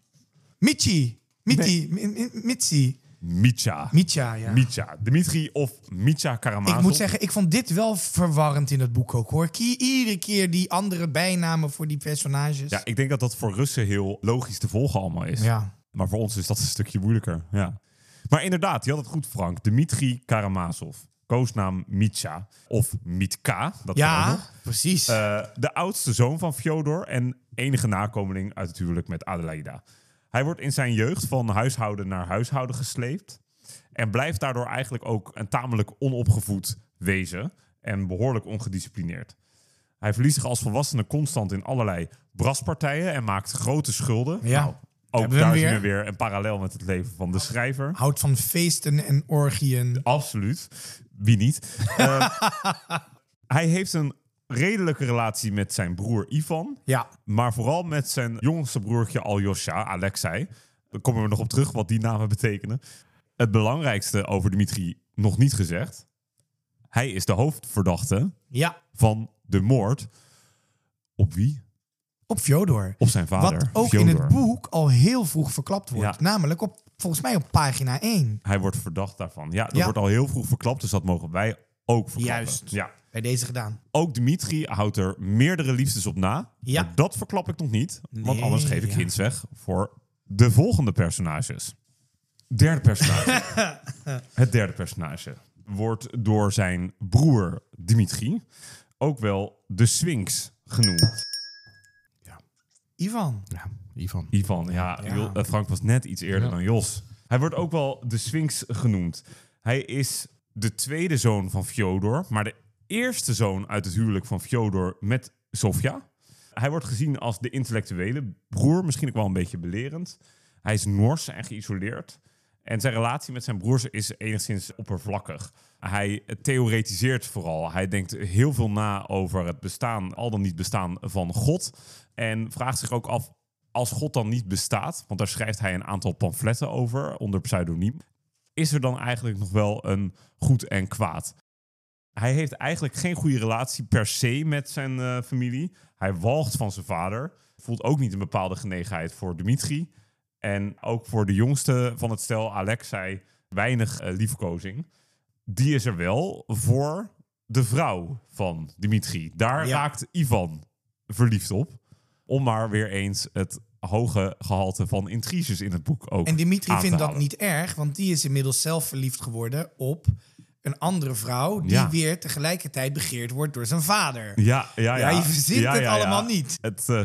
Michi. Miti. Mi- mi- Mitsi. Micha. Micha, ja. Micha. Dmitri of Micha Karamazov. Ik moet zeggen, ik vond dit wel verwarrend in het boek ook hoor. Kie- Iedere keer die andere bijnamen voor die personages. Ja, ik denk dat dat voor Russen heel logisch te volgen allemaal is. Ja. Maar voor ons is dat een stukje moeilijker. Ja. Maar inderdaad, je had het goed, Frank. Dmitri Karamazov. Koosnaam Micha. Of Mitka. Dat Ja, kan ook nog. precies. Eh, de oudste zoon van Fjodor en enige nakomeling uit het huwelijk met Adelaida. Hij wordt in zijn jeugd van huishouden naar huishouden gesleept. En blijft daardoor eigenlijk ook een tamelijk onopgevoed wezen. En behoorlijk ongedisciplineerd. Hij verliest zich als volwassene constant in allerlei braspartijen. En maakt grote schulden. Nou, Ja. ook Hebben we daar hem zien we weer. weer een parallel met het leven van de schrijver. Houdt van feesten en orgieën. Absoluut. Wie niet? Eh, hij heeft een redelijke relatie met zijn broer Ivan. Ja. Maar vooral met zijn jongste broertje Aljosha, Alexei. Daar komen we nog op terug wat die namen betekenen. Het belangrijkste over Dmitri nog niet gezegd. Hij is de hoofdverdachte Ja. van de moord. Op wie? Op Fjodor. Op zijn vader. Wat ook in Fjodor. het boek al heel vroeg verklapt wordt. Ja. Namelijk op, volgens mij op pagina 1. Hij wordt verdacht daarvan. Ja, dat Ja. wordt al heel vroeg verklapt, dus dat mogen wij ook verklappen. Juist. Ja. Bij deze gedaan. Ook Dimitri houdt er meerdere liefdes op na. Ja. Maar dat verklap ik nog niet, want Nee, anders geef ik ja. hints weg voor de volgende personages. Derde personage. Het derde personage wordt door zijn broer Dimitri ook wel de Sphinx genoemd. Ivan. Ja, Ivan. Ivan, ja, Jo- eh, Frank was net iets eerder Ja. dan Jos. Hij wordt ook wel de Sphinx genoemd. Hij is de tweede zoon van Fjodor, maar de eerste zoon uit het huwelijk van Fjodor met Sofia. Hij wordt gezien als de intellectuele broer, misschien ook wel een beetje belerend. Hij is nors en geïsoleerd. En zijn relatie met zijn broers is enigszins oppervlakkig. Hij theoretiseert vooral. Hij denkt heel veel na over het bestaan, al dan niet bestaan van God. En vraagt zich ook af, als God dan niet bestaat, want daar schrijft hij een aantal pamfletten over onder pseudoniem, is er dan eigenlijk nog wel een goed en kwaad? Hij heeft eigenlijk geen goede relatie per se met zijn eh, familie. Hij walgt van zijn vader. Voelt ook niet een bepaalde genegenheid voor Dimitri. En ook voor de jongste van het stel, Alexei, weinig eh, liefkozing. Die is er wel voor de vrouw van Dimitri. Daar Ja. raakt Ivan verliefd op. Om maar weer eens het hoge gehalte van intriges in het boek ook En Dimitri aan te vindt dat halen. niet erg, want die is inmiddels zelf verliefd geworden op een andere vrouw. Die Ja. weer tegelijkertijd begeerd wordt door zijn vader. Ja, ja, ja. Ja, je verzint het allemaal niet. Het eh,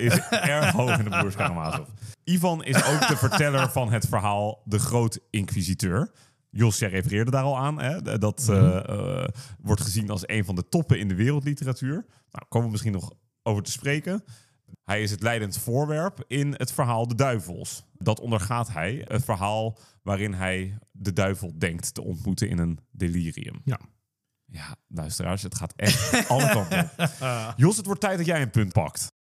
is erg hoog in de Broers Karamazov. Ivan is ook de verteller van het verhaal De Groot Inquisiteur. Jos, jij refereerde daar al aan. Hè? Dat Mhm. eh, eh, wordt gezien als een van de toppen in de wereldliteratuur. Nou, komen we misschien nog over te spreken. Hij is het leidend voorwerp in het verhaal De Duivels. Dat ondergaat hij. Het verhaal waarin hij de duivel denkt te ontmoeten in een delirium. Ja. Ja, luisteraars, het gaat echt alle kanten op. Jos, het wordt tijd dat jij een punt pakt.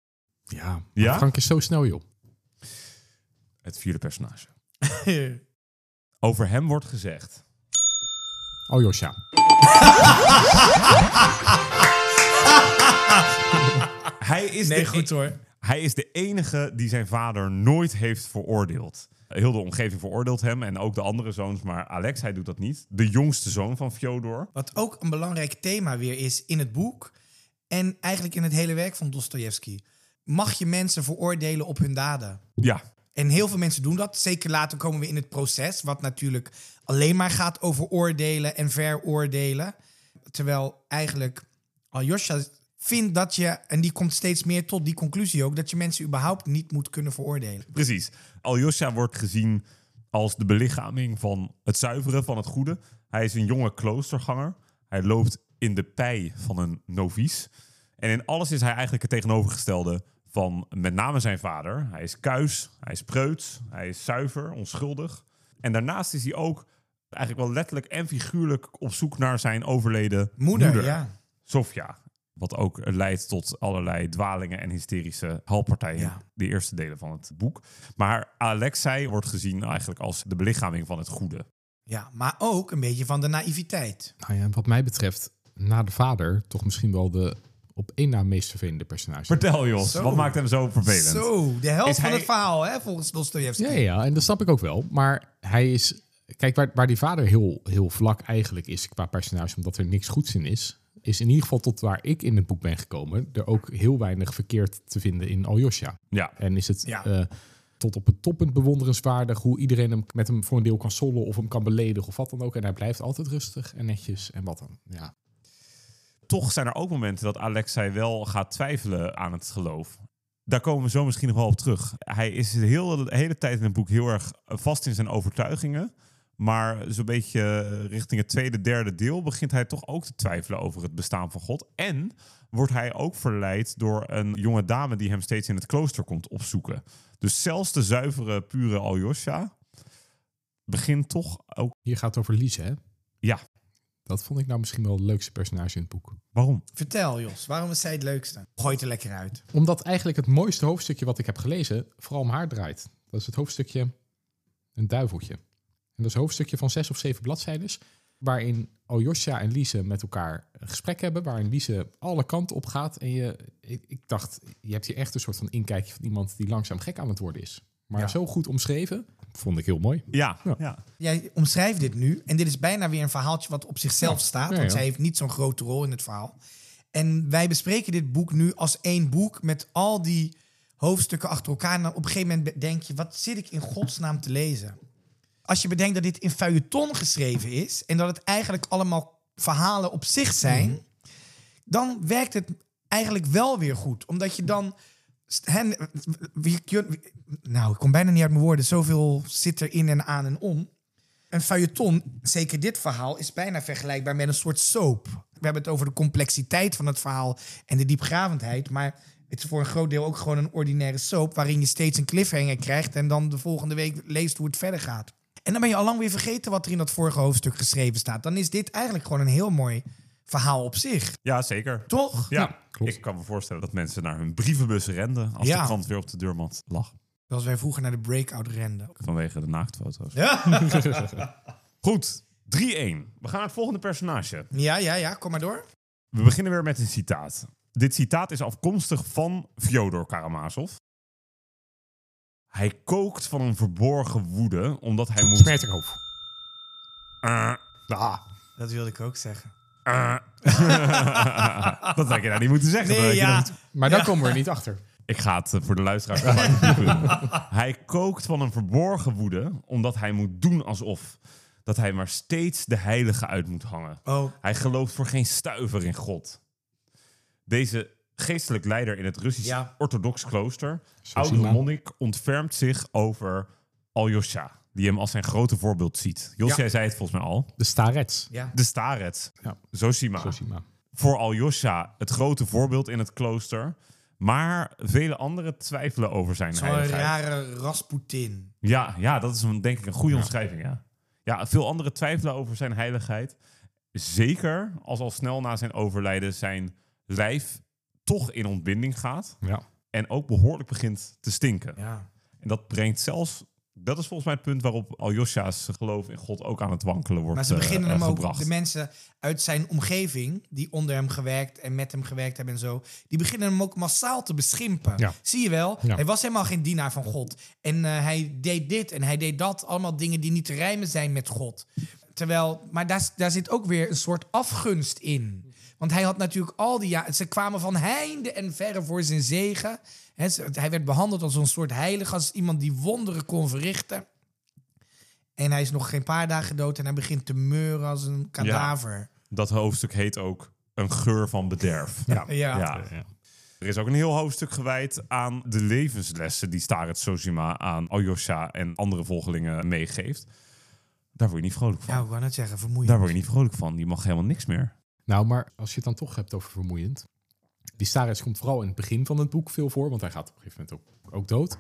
Ja. Ja? Frank is zo snel, joh. Het vierde personage. Over hem wordt gezegd. Oh, Josja. Hij is, nee, de, e- goed hoor. hij is de enige die zijn vader nooit heeft veroordeeld. Heel de omgeving veroordeelt hem en ook de andere zoons, maar Alex, hij doet dat niet. De jongste zoon van Fjodor. Wat ook een belangrijk thema weer is in het boek en eigenlijk in het hele werk van Dostoevsky. Mag je mensen veroordelen op hun daden? Ja, En heel veel mensen doen dat. Zeker later komen we in het proces, wat natuurlijk alleen maar gaat over oordelen en veroordelen. Terwijl eigenlijk Aljosha vindt dat je, en die komt steeds meer tot die conclusie ook, dat je mensen überhaupt niet moet kunnen veroordelen. precies. Aljosha wordt gezien als de belichaming van het zuiveren, van het goede. Hij is een jonge kloosterganger. Hij loopt in de pij van een novice. En in alles is hij eigenlijk het tegenovergestelde van met name zijn vader. Hij is kuis, hij is preuts, hij is zuiver, onschuldig. En daarnaast is hij ook eigenlijk wel letterlijk en figuurlijk op zoek naar zijn overleden Moeder, ja. Sofia. Wat ook leidt tot allerlei dwalingen en hysterische halpartijen. Ja. De eerste delen van het boek. Maar Alexei wordt gezien eigenlijk als de belichaming van het goede. Ja, maar ook een beetje van de naïviteit. Nou ja, wat mij betreft, na de vader, toch misschien wel de op één na meest vervelende personage. Vertel Jos, wat maakt hem zo vervelend? Zo, de helft Is van hij- het verhaal, hè, volgens Dostoevsky. Ja, ja, en dat snap ik ook wel. Maar hij is... Kijk, waar, waar die vader heel, heel vlak eigenlijk is qua personage, omdat er niks goeds in is, is in ieder geval tot waar ik in het boek ben gekomen, er ook heel weinig verkeerd te vinden in Aljosha. Ja, En is het Ja. eh, tot op het toppunt bewonderenswaardig hoe iedereen hem met hem voor een deel kan sollen of hem kan beledigen of wat dan ook. En hij blijft altijd rustig en netjes en wat dan. Ja. toch zijn er ook momenten dat Alexei wel gaat twijfelen aan het geloof. Daar komen we zo misschien nog wel op terug. Hij is de hele, de hele tijd in het boek heel erg vast in zijn overtuigingen. Maar zo'n beetje eh, richting het tweede, derde deel begint hij toch ook te twijfelen over het bestaan van God. En wordt hij ook verleid door een jonge dame die hem steeds in het klooster komt opzoeken. Dus zelfs de zuivere, pure Aljosha begint toch ook... Hier gaat het over Lies, hè? Ja, Dat vond ik nou misschien wel het leukste personage in het boek. waarom? Vertel, Jos, waarom is zij het leukste? Gooi het er lekker uit. Omdat eigenlijk het mooiste hoofdstukje wat ik heb gelezen vooral om haar draait. Dat is het hoofdstukje Een Duiveltje. En dat is een hoofdstukje van zes of zeven bladzijden. Waarin Aljosha en Lise met elkaar een gesprek hebben. Waarin Lise alle kanten op gaat. En je, ik, ik dacht, je hebt hier echt een soort van inkijkje van iemand die langzaam gek aan het worden is. Maar zo goed omschreven, vond ik heel mooi. Ja, Ja. ja. Jij omschrijft dit nu. En dit is bijna weer een verhaaltje wat op zichzelf staat. ja, Want ja. zij heeft niet zo'n grote rol in het verhaal. En wij bespreken dit boek nu als één boek met al die hoofdstukken achter elkaar. En dan op een gegeven moment be- denk je, wat zit ik in godsnaam te lezen? Als je bedenkt dat dit in feuilleton geschreven is... en dat het eigenlijk allemaal verhalen op zich zijn... Mhm. dan werkt het eigenlijk wel weer goed. Omdat je dan... st- Hen, wie- wie- nou, ik kom bijna niet uit mijn woorden. Zoveel zit er in en aan en om. Een feuilleton, zeker dit verhaal, is bijna vergelijkbaar met een soort soap. We hebben het over de complexiteit van het verhaal en de diepgravendheid. Maar het is voor een groot deel ook gewoon een ordinaire soap... waarin je steeds een cliffhanger krijgt... en dan de volgende week leest hoe het verder gaat. En dan ben je al lang weer vergeten wat er in dat vorige hoofdstuk geschreven staat. Dan is dit eigenlijk gewoon een heel mooi verhaal op zich. ja zeker. Toch? Ja, Ja, klopt. ik kan me voorstellen dat mensen naar hun brievenbus renden als Ja. de krant weer op de deurmat lag. Zoals wij vroeger naar de breakout renden. Vanwege de naaktfoto's. Ja, Goed, 3-1. We gaan naar het volgende personage. ja, ja, ja kom maar door. We beginnen weer met een citaat. Dit citaat is afkomstig van Fyodor Karamazov. Hij kookt van een verborgen woede omdat hij moet... Smerterhoofd. Eh, Dat wilde ik ook zeggen. eh. dat had je nou niet moeten zeggen. dat had Nee, je nou ja. Maar daar komen we er niet achter. Ik ga het eh, voor de luisteraars gebruiken. Hij kookt van een verborgen woede, omdat hij moet doen alsof. Dat hij maar steeds de heilige uit moet hangen. Oh, Hij gelooft voor geen stuiver in God. Deze geestelijk leider in het Russisch Ja. orthodox klooster, Zo zien oudere we. monnik, ontfermt zich over Aljosha, die hem als zijn grote voorbeeld ziet. Jos, Ja. jij zei het volgens mij al. De Starets. ja. De starets, Ja. Zosima Soshima. voor Aljosha het grote voorbeeld in het klooster. Maar vele anderen twijfelen over zijn Zo'n heiligheid. rare Rasputin. Ja, ja, dat is een, denk ik een goede omschrijving. Ja. ja, veel anderen twijfelen over zijn heiligheid. Zeker als al snel na zijn overlijden zijn lijf toch in ontbinding gaat. Ja. En ook behoorlijk begint te stinken. Ja. En dat brengt zelfs... Dat is volgens mij het punt waarop Aljosha's geloof in God ook aan het wankelen wordt Maar ze beginnen eh, hem ook, gebracht. de mensen uit zijn omgeving, die onder hem gewerkt en met hem gewerkt hebben en zo, die beginnen hem ook massaal te beschimpen. Ja. Zie je wel, Ja. hij was helemaal geen dienaar van God. En eh, hij deed dit en hij deed dat, allemaal dingen die niet te rijmen zijn met God. Terwijl, maar daar, daar zit ook weer een soort afgunst in. Want hij had natuurlijk al die jaren, ze kwamen van heinde en verre voor zijn zegen. Hè, ze- hij werd behandeld als een soort heilige, als iemand die wonderen kon verrichten. En hij is nog geen paar dagen dood en hij begint te meuren als een kadaver. Dat hoofdstuk heet ook Een geur van bederf. Ja. Ja. Er is ook een heel hoofdstuk gewijd aan de levenslessen die Starret Sojima aan Aljosha en andere volgelingen meegeeft. Daar word je niet vrolijk van. Ja, ik wou net zeggen, vermoeiend. Daar word je niet vrolijk van. Die mag helemaal niks meer. Nou, maar als je het dan toch hebt over vermoeiend. Die Stares komt vooral in het begin van het boek veel voor, want hij gaat op een gegeven moment ook, ook dood.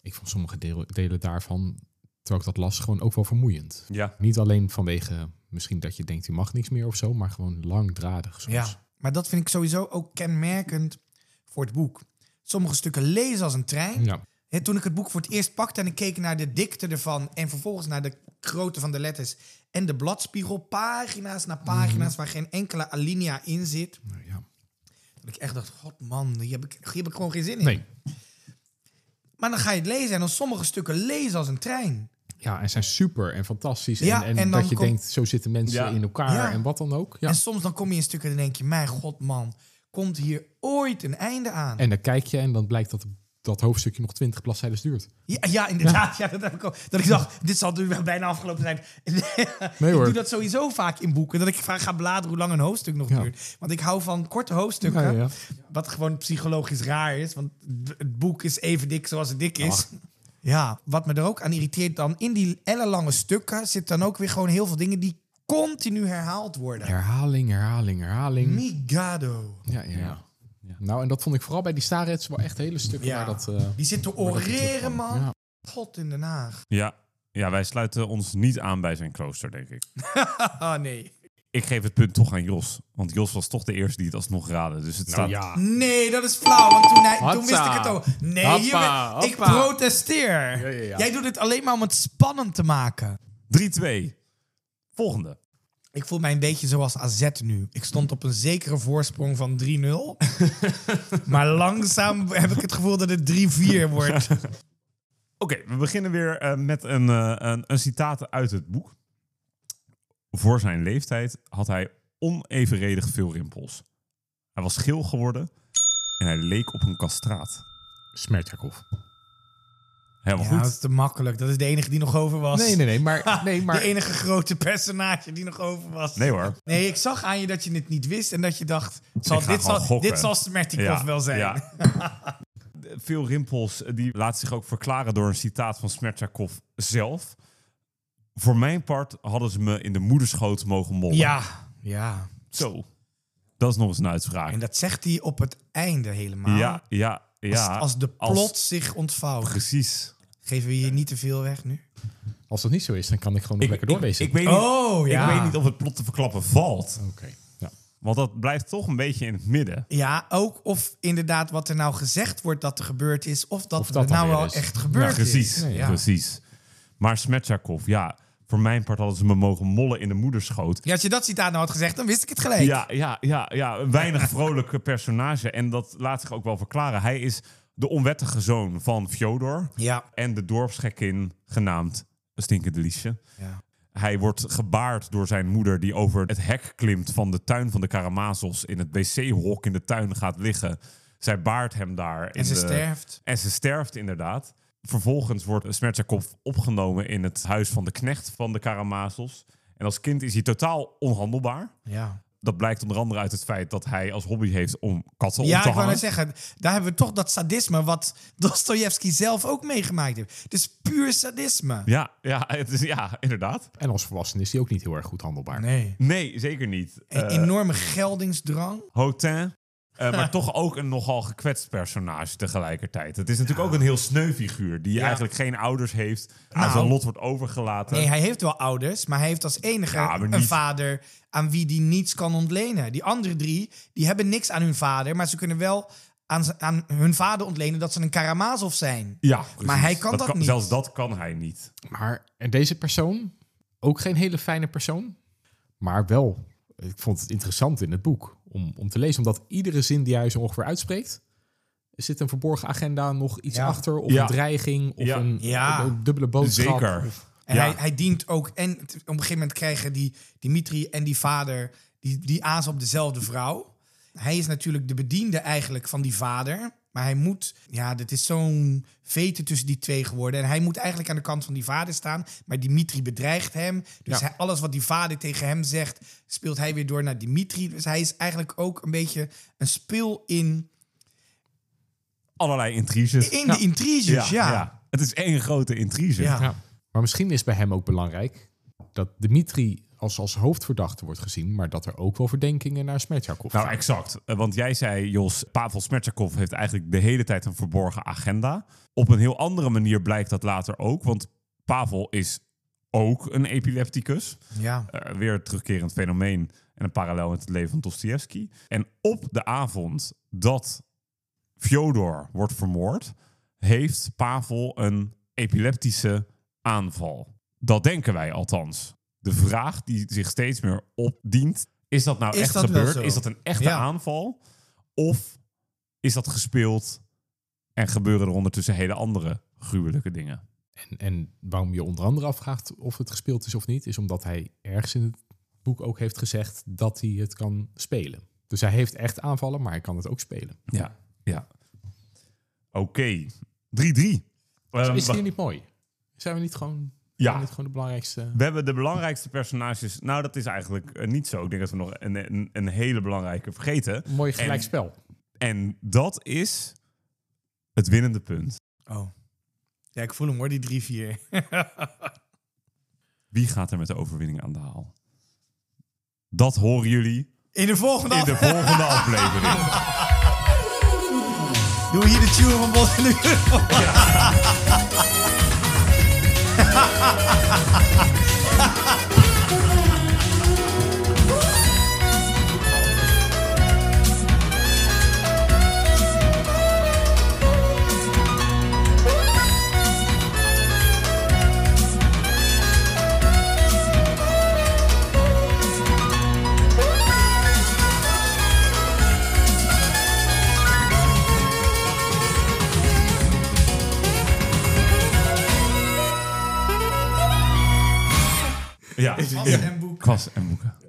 Ik vond sommige deel- delen daarvan, terwijl ik dat las, gewoon ook wel vermoeiend. Ja. Niet alleen vanwege misschien dat je denkt, je mag niks meer of zo, maar gewoon langdradig soms. Ja, maar dat vind ik sowieso ook kenmerkend voor het boek. Sommige stukken lezen als een trein. Ja. Hè, toen ik het boek voor het eerst pakte en ik keek naar de dikte ervan... en vervolgens naar de grootte van de letters en de bladspiegel... pagina's na pagina's Mhm. waar geen enkele alinea in zit... Nou ja. dat ik echt dacht, god man, hier heb ik, hier heb ik gewoon geen zin in. Nee. Maar dan ga je het lezen en dan sommige stukken lezen als een trein. Ja, en zijn super en fantastisch. En- Ja, en en dan dat je komt- denkt, zo zitten mensen Ja. in elkaar Ja. en wat dan ook. Ja. En soms dan kom je in stukken en dan denk je... mijn god man, komt hier ooit een einde aan? En dan kijk je en dan blijkt dat dat hoofdstukje nog 20 bladzijden duurt. Ja, ja inderdaad. Ja. dat heb ik ook. Dat ik dacht, dit zal nu wel bijna afgelopen zijn. Nee, ik hoor. doe dat sowieso vaak in boeken. Dat ik vaak ga bladeren hoe lang een hoofdstuk nog Ja. duurt. Want ik hou van korte hoofdstukken. Ja, ja. Wat gewoon psychologisch raar is. Want het boek is even dik zoals het dik is. Ja, wat me er ook aan irriteert dan... in die ellenlange stukken zit dan ook weer gewoon heel veel dingen... die continu herhaald worden. Herhaling, herhaling, herhaling. Migado. Ja, ja, ja. Nou, en dat vond ik vooral bij die Starets wel echt hele stukken Ja. waar dat... eh, Die zit te oreren, man. Ja. God in Den Haag. Ja. ja, wij sluiten ons niet aan bij zijn klooster, denk ik. Ah, nee. Ik geef het punt toch aan Jos. Want Jos was toch de eerste die het alsnog raadde. Dus het Nou staat... Nee, dat is flauw, want toen, hij, toen Hatsa. wist ik het ook. Nee, Hoppa, hier ben- ik hoppa. protesteer. ja, ja. Jij doet het alleen maar om het spannend te maken. 3-2. Volgende. Ik voel mij een beetje zoals AZ nu. Ik stond op een zekere voorsprong van 3-0. maar langzaam heb ik het gevoel dat het 3-4 wordt. Oké, we beginnen weer eh, met een, eh, een, een citaat uit het boek. Voor zijn leeftijd had hij onevenredig veel rimpels. Hij was geel geworden en hij leek op een kastraat. Smertjakov. Helemaal Ja, dat goed. is te makkelijk. Dat is de enige die nog over was. Nee, nee, nee. Maar, nee, maar De enige grote personage die nog over was. Nee hoor. Nee, ik zag aan je dat je het niet wist en dat je dacht... Zal, ga dit, gewoon zal, gokken. dit zal Smertikov Ja, wel zijn. ja. Veel rimpels eh, die laat zich ook verklaren door een citaat van Smertjakov zelf. Voor mijn part hadden ze me in de moederschoot mogen mollen. ja. ja. Zo. Dat is nog eens een uitspraak. En dat zegt hij op het einde helemaal. Ja, ja, ja. Als, als de plot zich ontvouwt. precies. Geven we hier niet te veel weg nu? als dat niet zo is, dan kan ik gewoon nog lekker doorwezen. Ik, weet niet, Oh, ja. ik weet niet of het plot te verklappen valt. Oké. Ja. Want dat blijft toch een beetje in het midden. Ja, ook of inderdaad wat er nou gezegd wordt dat er gebeurd is... of dat, Of het dat dan nou weer wel is. echt gebeurd Precies, is. Ja. precies. Maar Smetjakov, ja, voor mijn part hadden ze me mogen mollen in de moederschoot. Ja, als je dat citaat nou had gezegd, dan wist ik het gelijk. Ja, ja, ja, ja, een weinig vrolijke personage. En dat laat zich ook wel verklaren. Hij is de onwettige zoon van Fjodor. Ja. En de dorpsgekkin genaamd Stinkende Liesje. Ja. Hij wordt gebaard door zijn moeder die over het hek klimt van de tuin van de Karamazos. In het wc-hok in de tuin gaat liggen. Zij baart hem daar. in En ze de- sterft. En ze sterft inderdaad. Vervolgens wordt Smertjakov opgenomen in het huis van de knecht van de Karamazos. En als kind is hij totaal onhandelbaar. Ja, Dat blijkt onder andere uit het feit dat hij als hobby heeft om katten op ja te ik wou hangen. net zeggen, daar hebben we toch dat sadisme... wat Dostoevsky zelf ook meegemaakt heeft. Dus puur sadisme. Ja, ja, het is, ja, inderdaad. En als volwassene is die ook niet heel erg goed handelbaar. Nee. Nee, zeker niet. Een Eh, enorme geldingsdrang. Hotin. eh, maar toch ook een nogal gekwetst personage tegelijkertijd. Het is natuurlijk ook een heel sneu figuur die eigenlijk geen ouders heeft. Aan Nou. zijn lot wordt overgelaten. Nee, hij heeft wel ouders, maar hij heeft als enige Ja, maar een niet- vader aan wie hij niets kan ontlenen. Die andere drie, die hebben niks aan hun vader, maar ze kunnen wel aan, z- aan hun vader ontlenen dat ze een Karamazov zijn. Ja, precies. Maar hij kan dat niet. Zelfs dat kan hij niet. Maar en deze persoon, ook geen hele fijne persoon, maar wel, ik vond het interessant in het boek om, om te lezen. Omdat iedere zin die hij zo ongeveer uitspreekt, zit een verborgen agenda nog iets Ja. achter. Of Ja. een dreiging, of Ja. Een, Ja. een dubbele boodschap. Zeker. En Ja. hij, hij dient ook, en t- op een gegeven moment krijgen die Dimitri en die vader, die, die aas op dezelfde vrouw. Hij is natuurlijk de bediende eigenlijk van die vader. Maar hij moet, ja, dit is zo'n veten tussen die twee geworden. En hij moet eigenlijk aan de kant van die vader staan. Maar Dimitri bedreigt hem. Dus Ja. hij, alles wat die vader tegen hem zegt, speelt hij weer door naar Dimitri. Dus hij is eigenlijk ook een beetje een speel in, Allerlei intriges. in de intriges. Ja, ja. Het is één grote intrige. Ja. Maar misschien is bij hem ook belangrijk dat Dimitri als, als hoofdverdachte wordt gezien, maar dat er ook wel verdenkingen naar Smerjakov Nou, exact. Eh, Want jij zei, Jos, Pavel Smerchakov heeft eigenlijk de hele tijd een verborgen agenda. Op een heel andere manier blijkt dat later ook, want Pavel is ook een epilepticus. Ja. Eh, weer een terugkerend fenomeen en een parallel met het leven van Dostoevsky. En op de avond dat Fyodor wordt vermoord, heeft Pavel een epileptische aanval. Dat denken wij althans. De vraag die zich steeds meer opdient, is dat nou Is echt dat wel gebeurd? zo? Is dat een echte Ja. aanval? Of is dat gespeeld en gebeuren er ondertussen hele andere gruwelijke dingen? En, en waarom je onder andere afvraagt of het gespeeld is of niet, is omdat hij ergens in het boek ook heeft gezegd dat hij het kan spelen. Dus hij heeft echt aanvallen, maar hij kan het ook spelen. Dus Ja, ja. Oké, 3-3. Ehm, is we- hier niet mooi? Zijn we niet gewoon, Ja. zijn we niet gewoon de belangrijkste? We hebben de belangrijkste personages. Nou, dat is eigenlijk eh, niet zo. Ik denk dat we nog een, een, een hele belangrijke vergeten. Mooi gelijkspel. En, en dat is het winnende punt. Oh. Ja, ik voel hem hoor, die 3-4. Wie gaat er met de overwinning aan de haal? Dat horen jullie In de volgende in de volgende aflevering. af- Doen we hier de tune van Bos en de Buurman. Ja, Bas en Boek. kwas en boeken.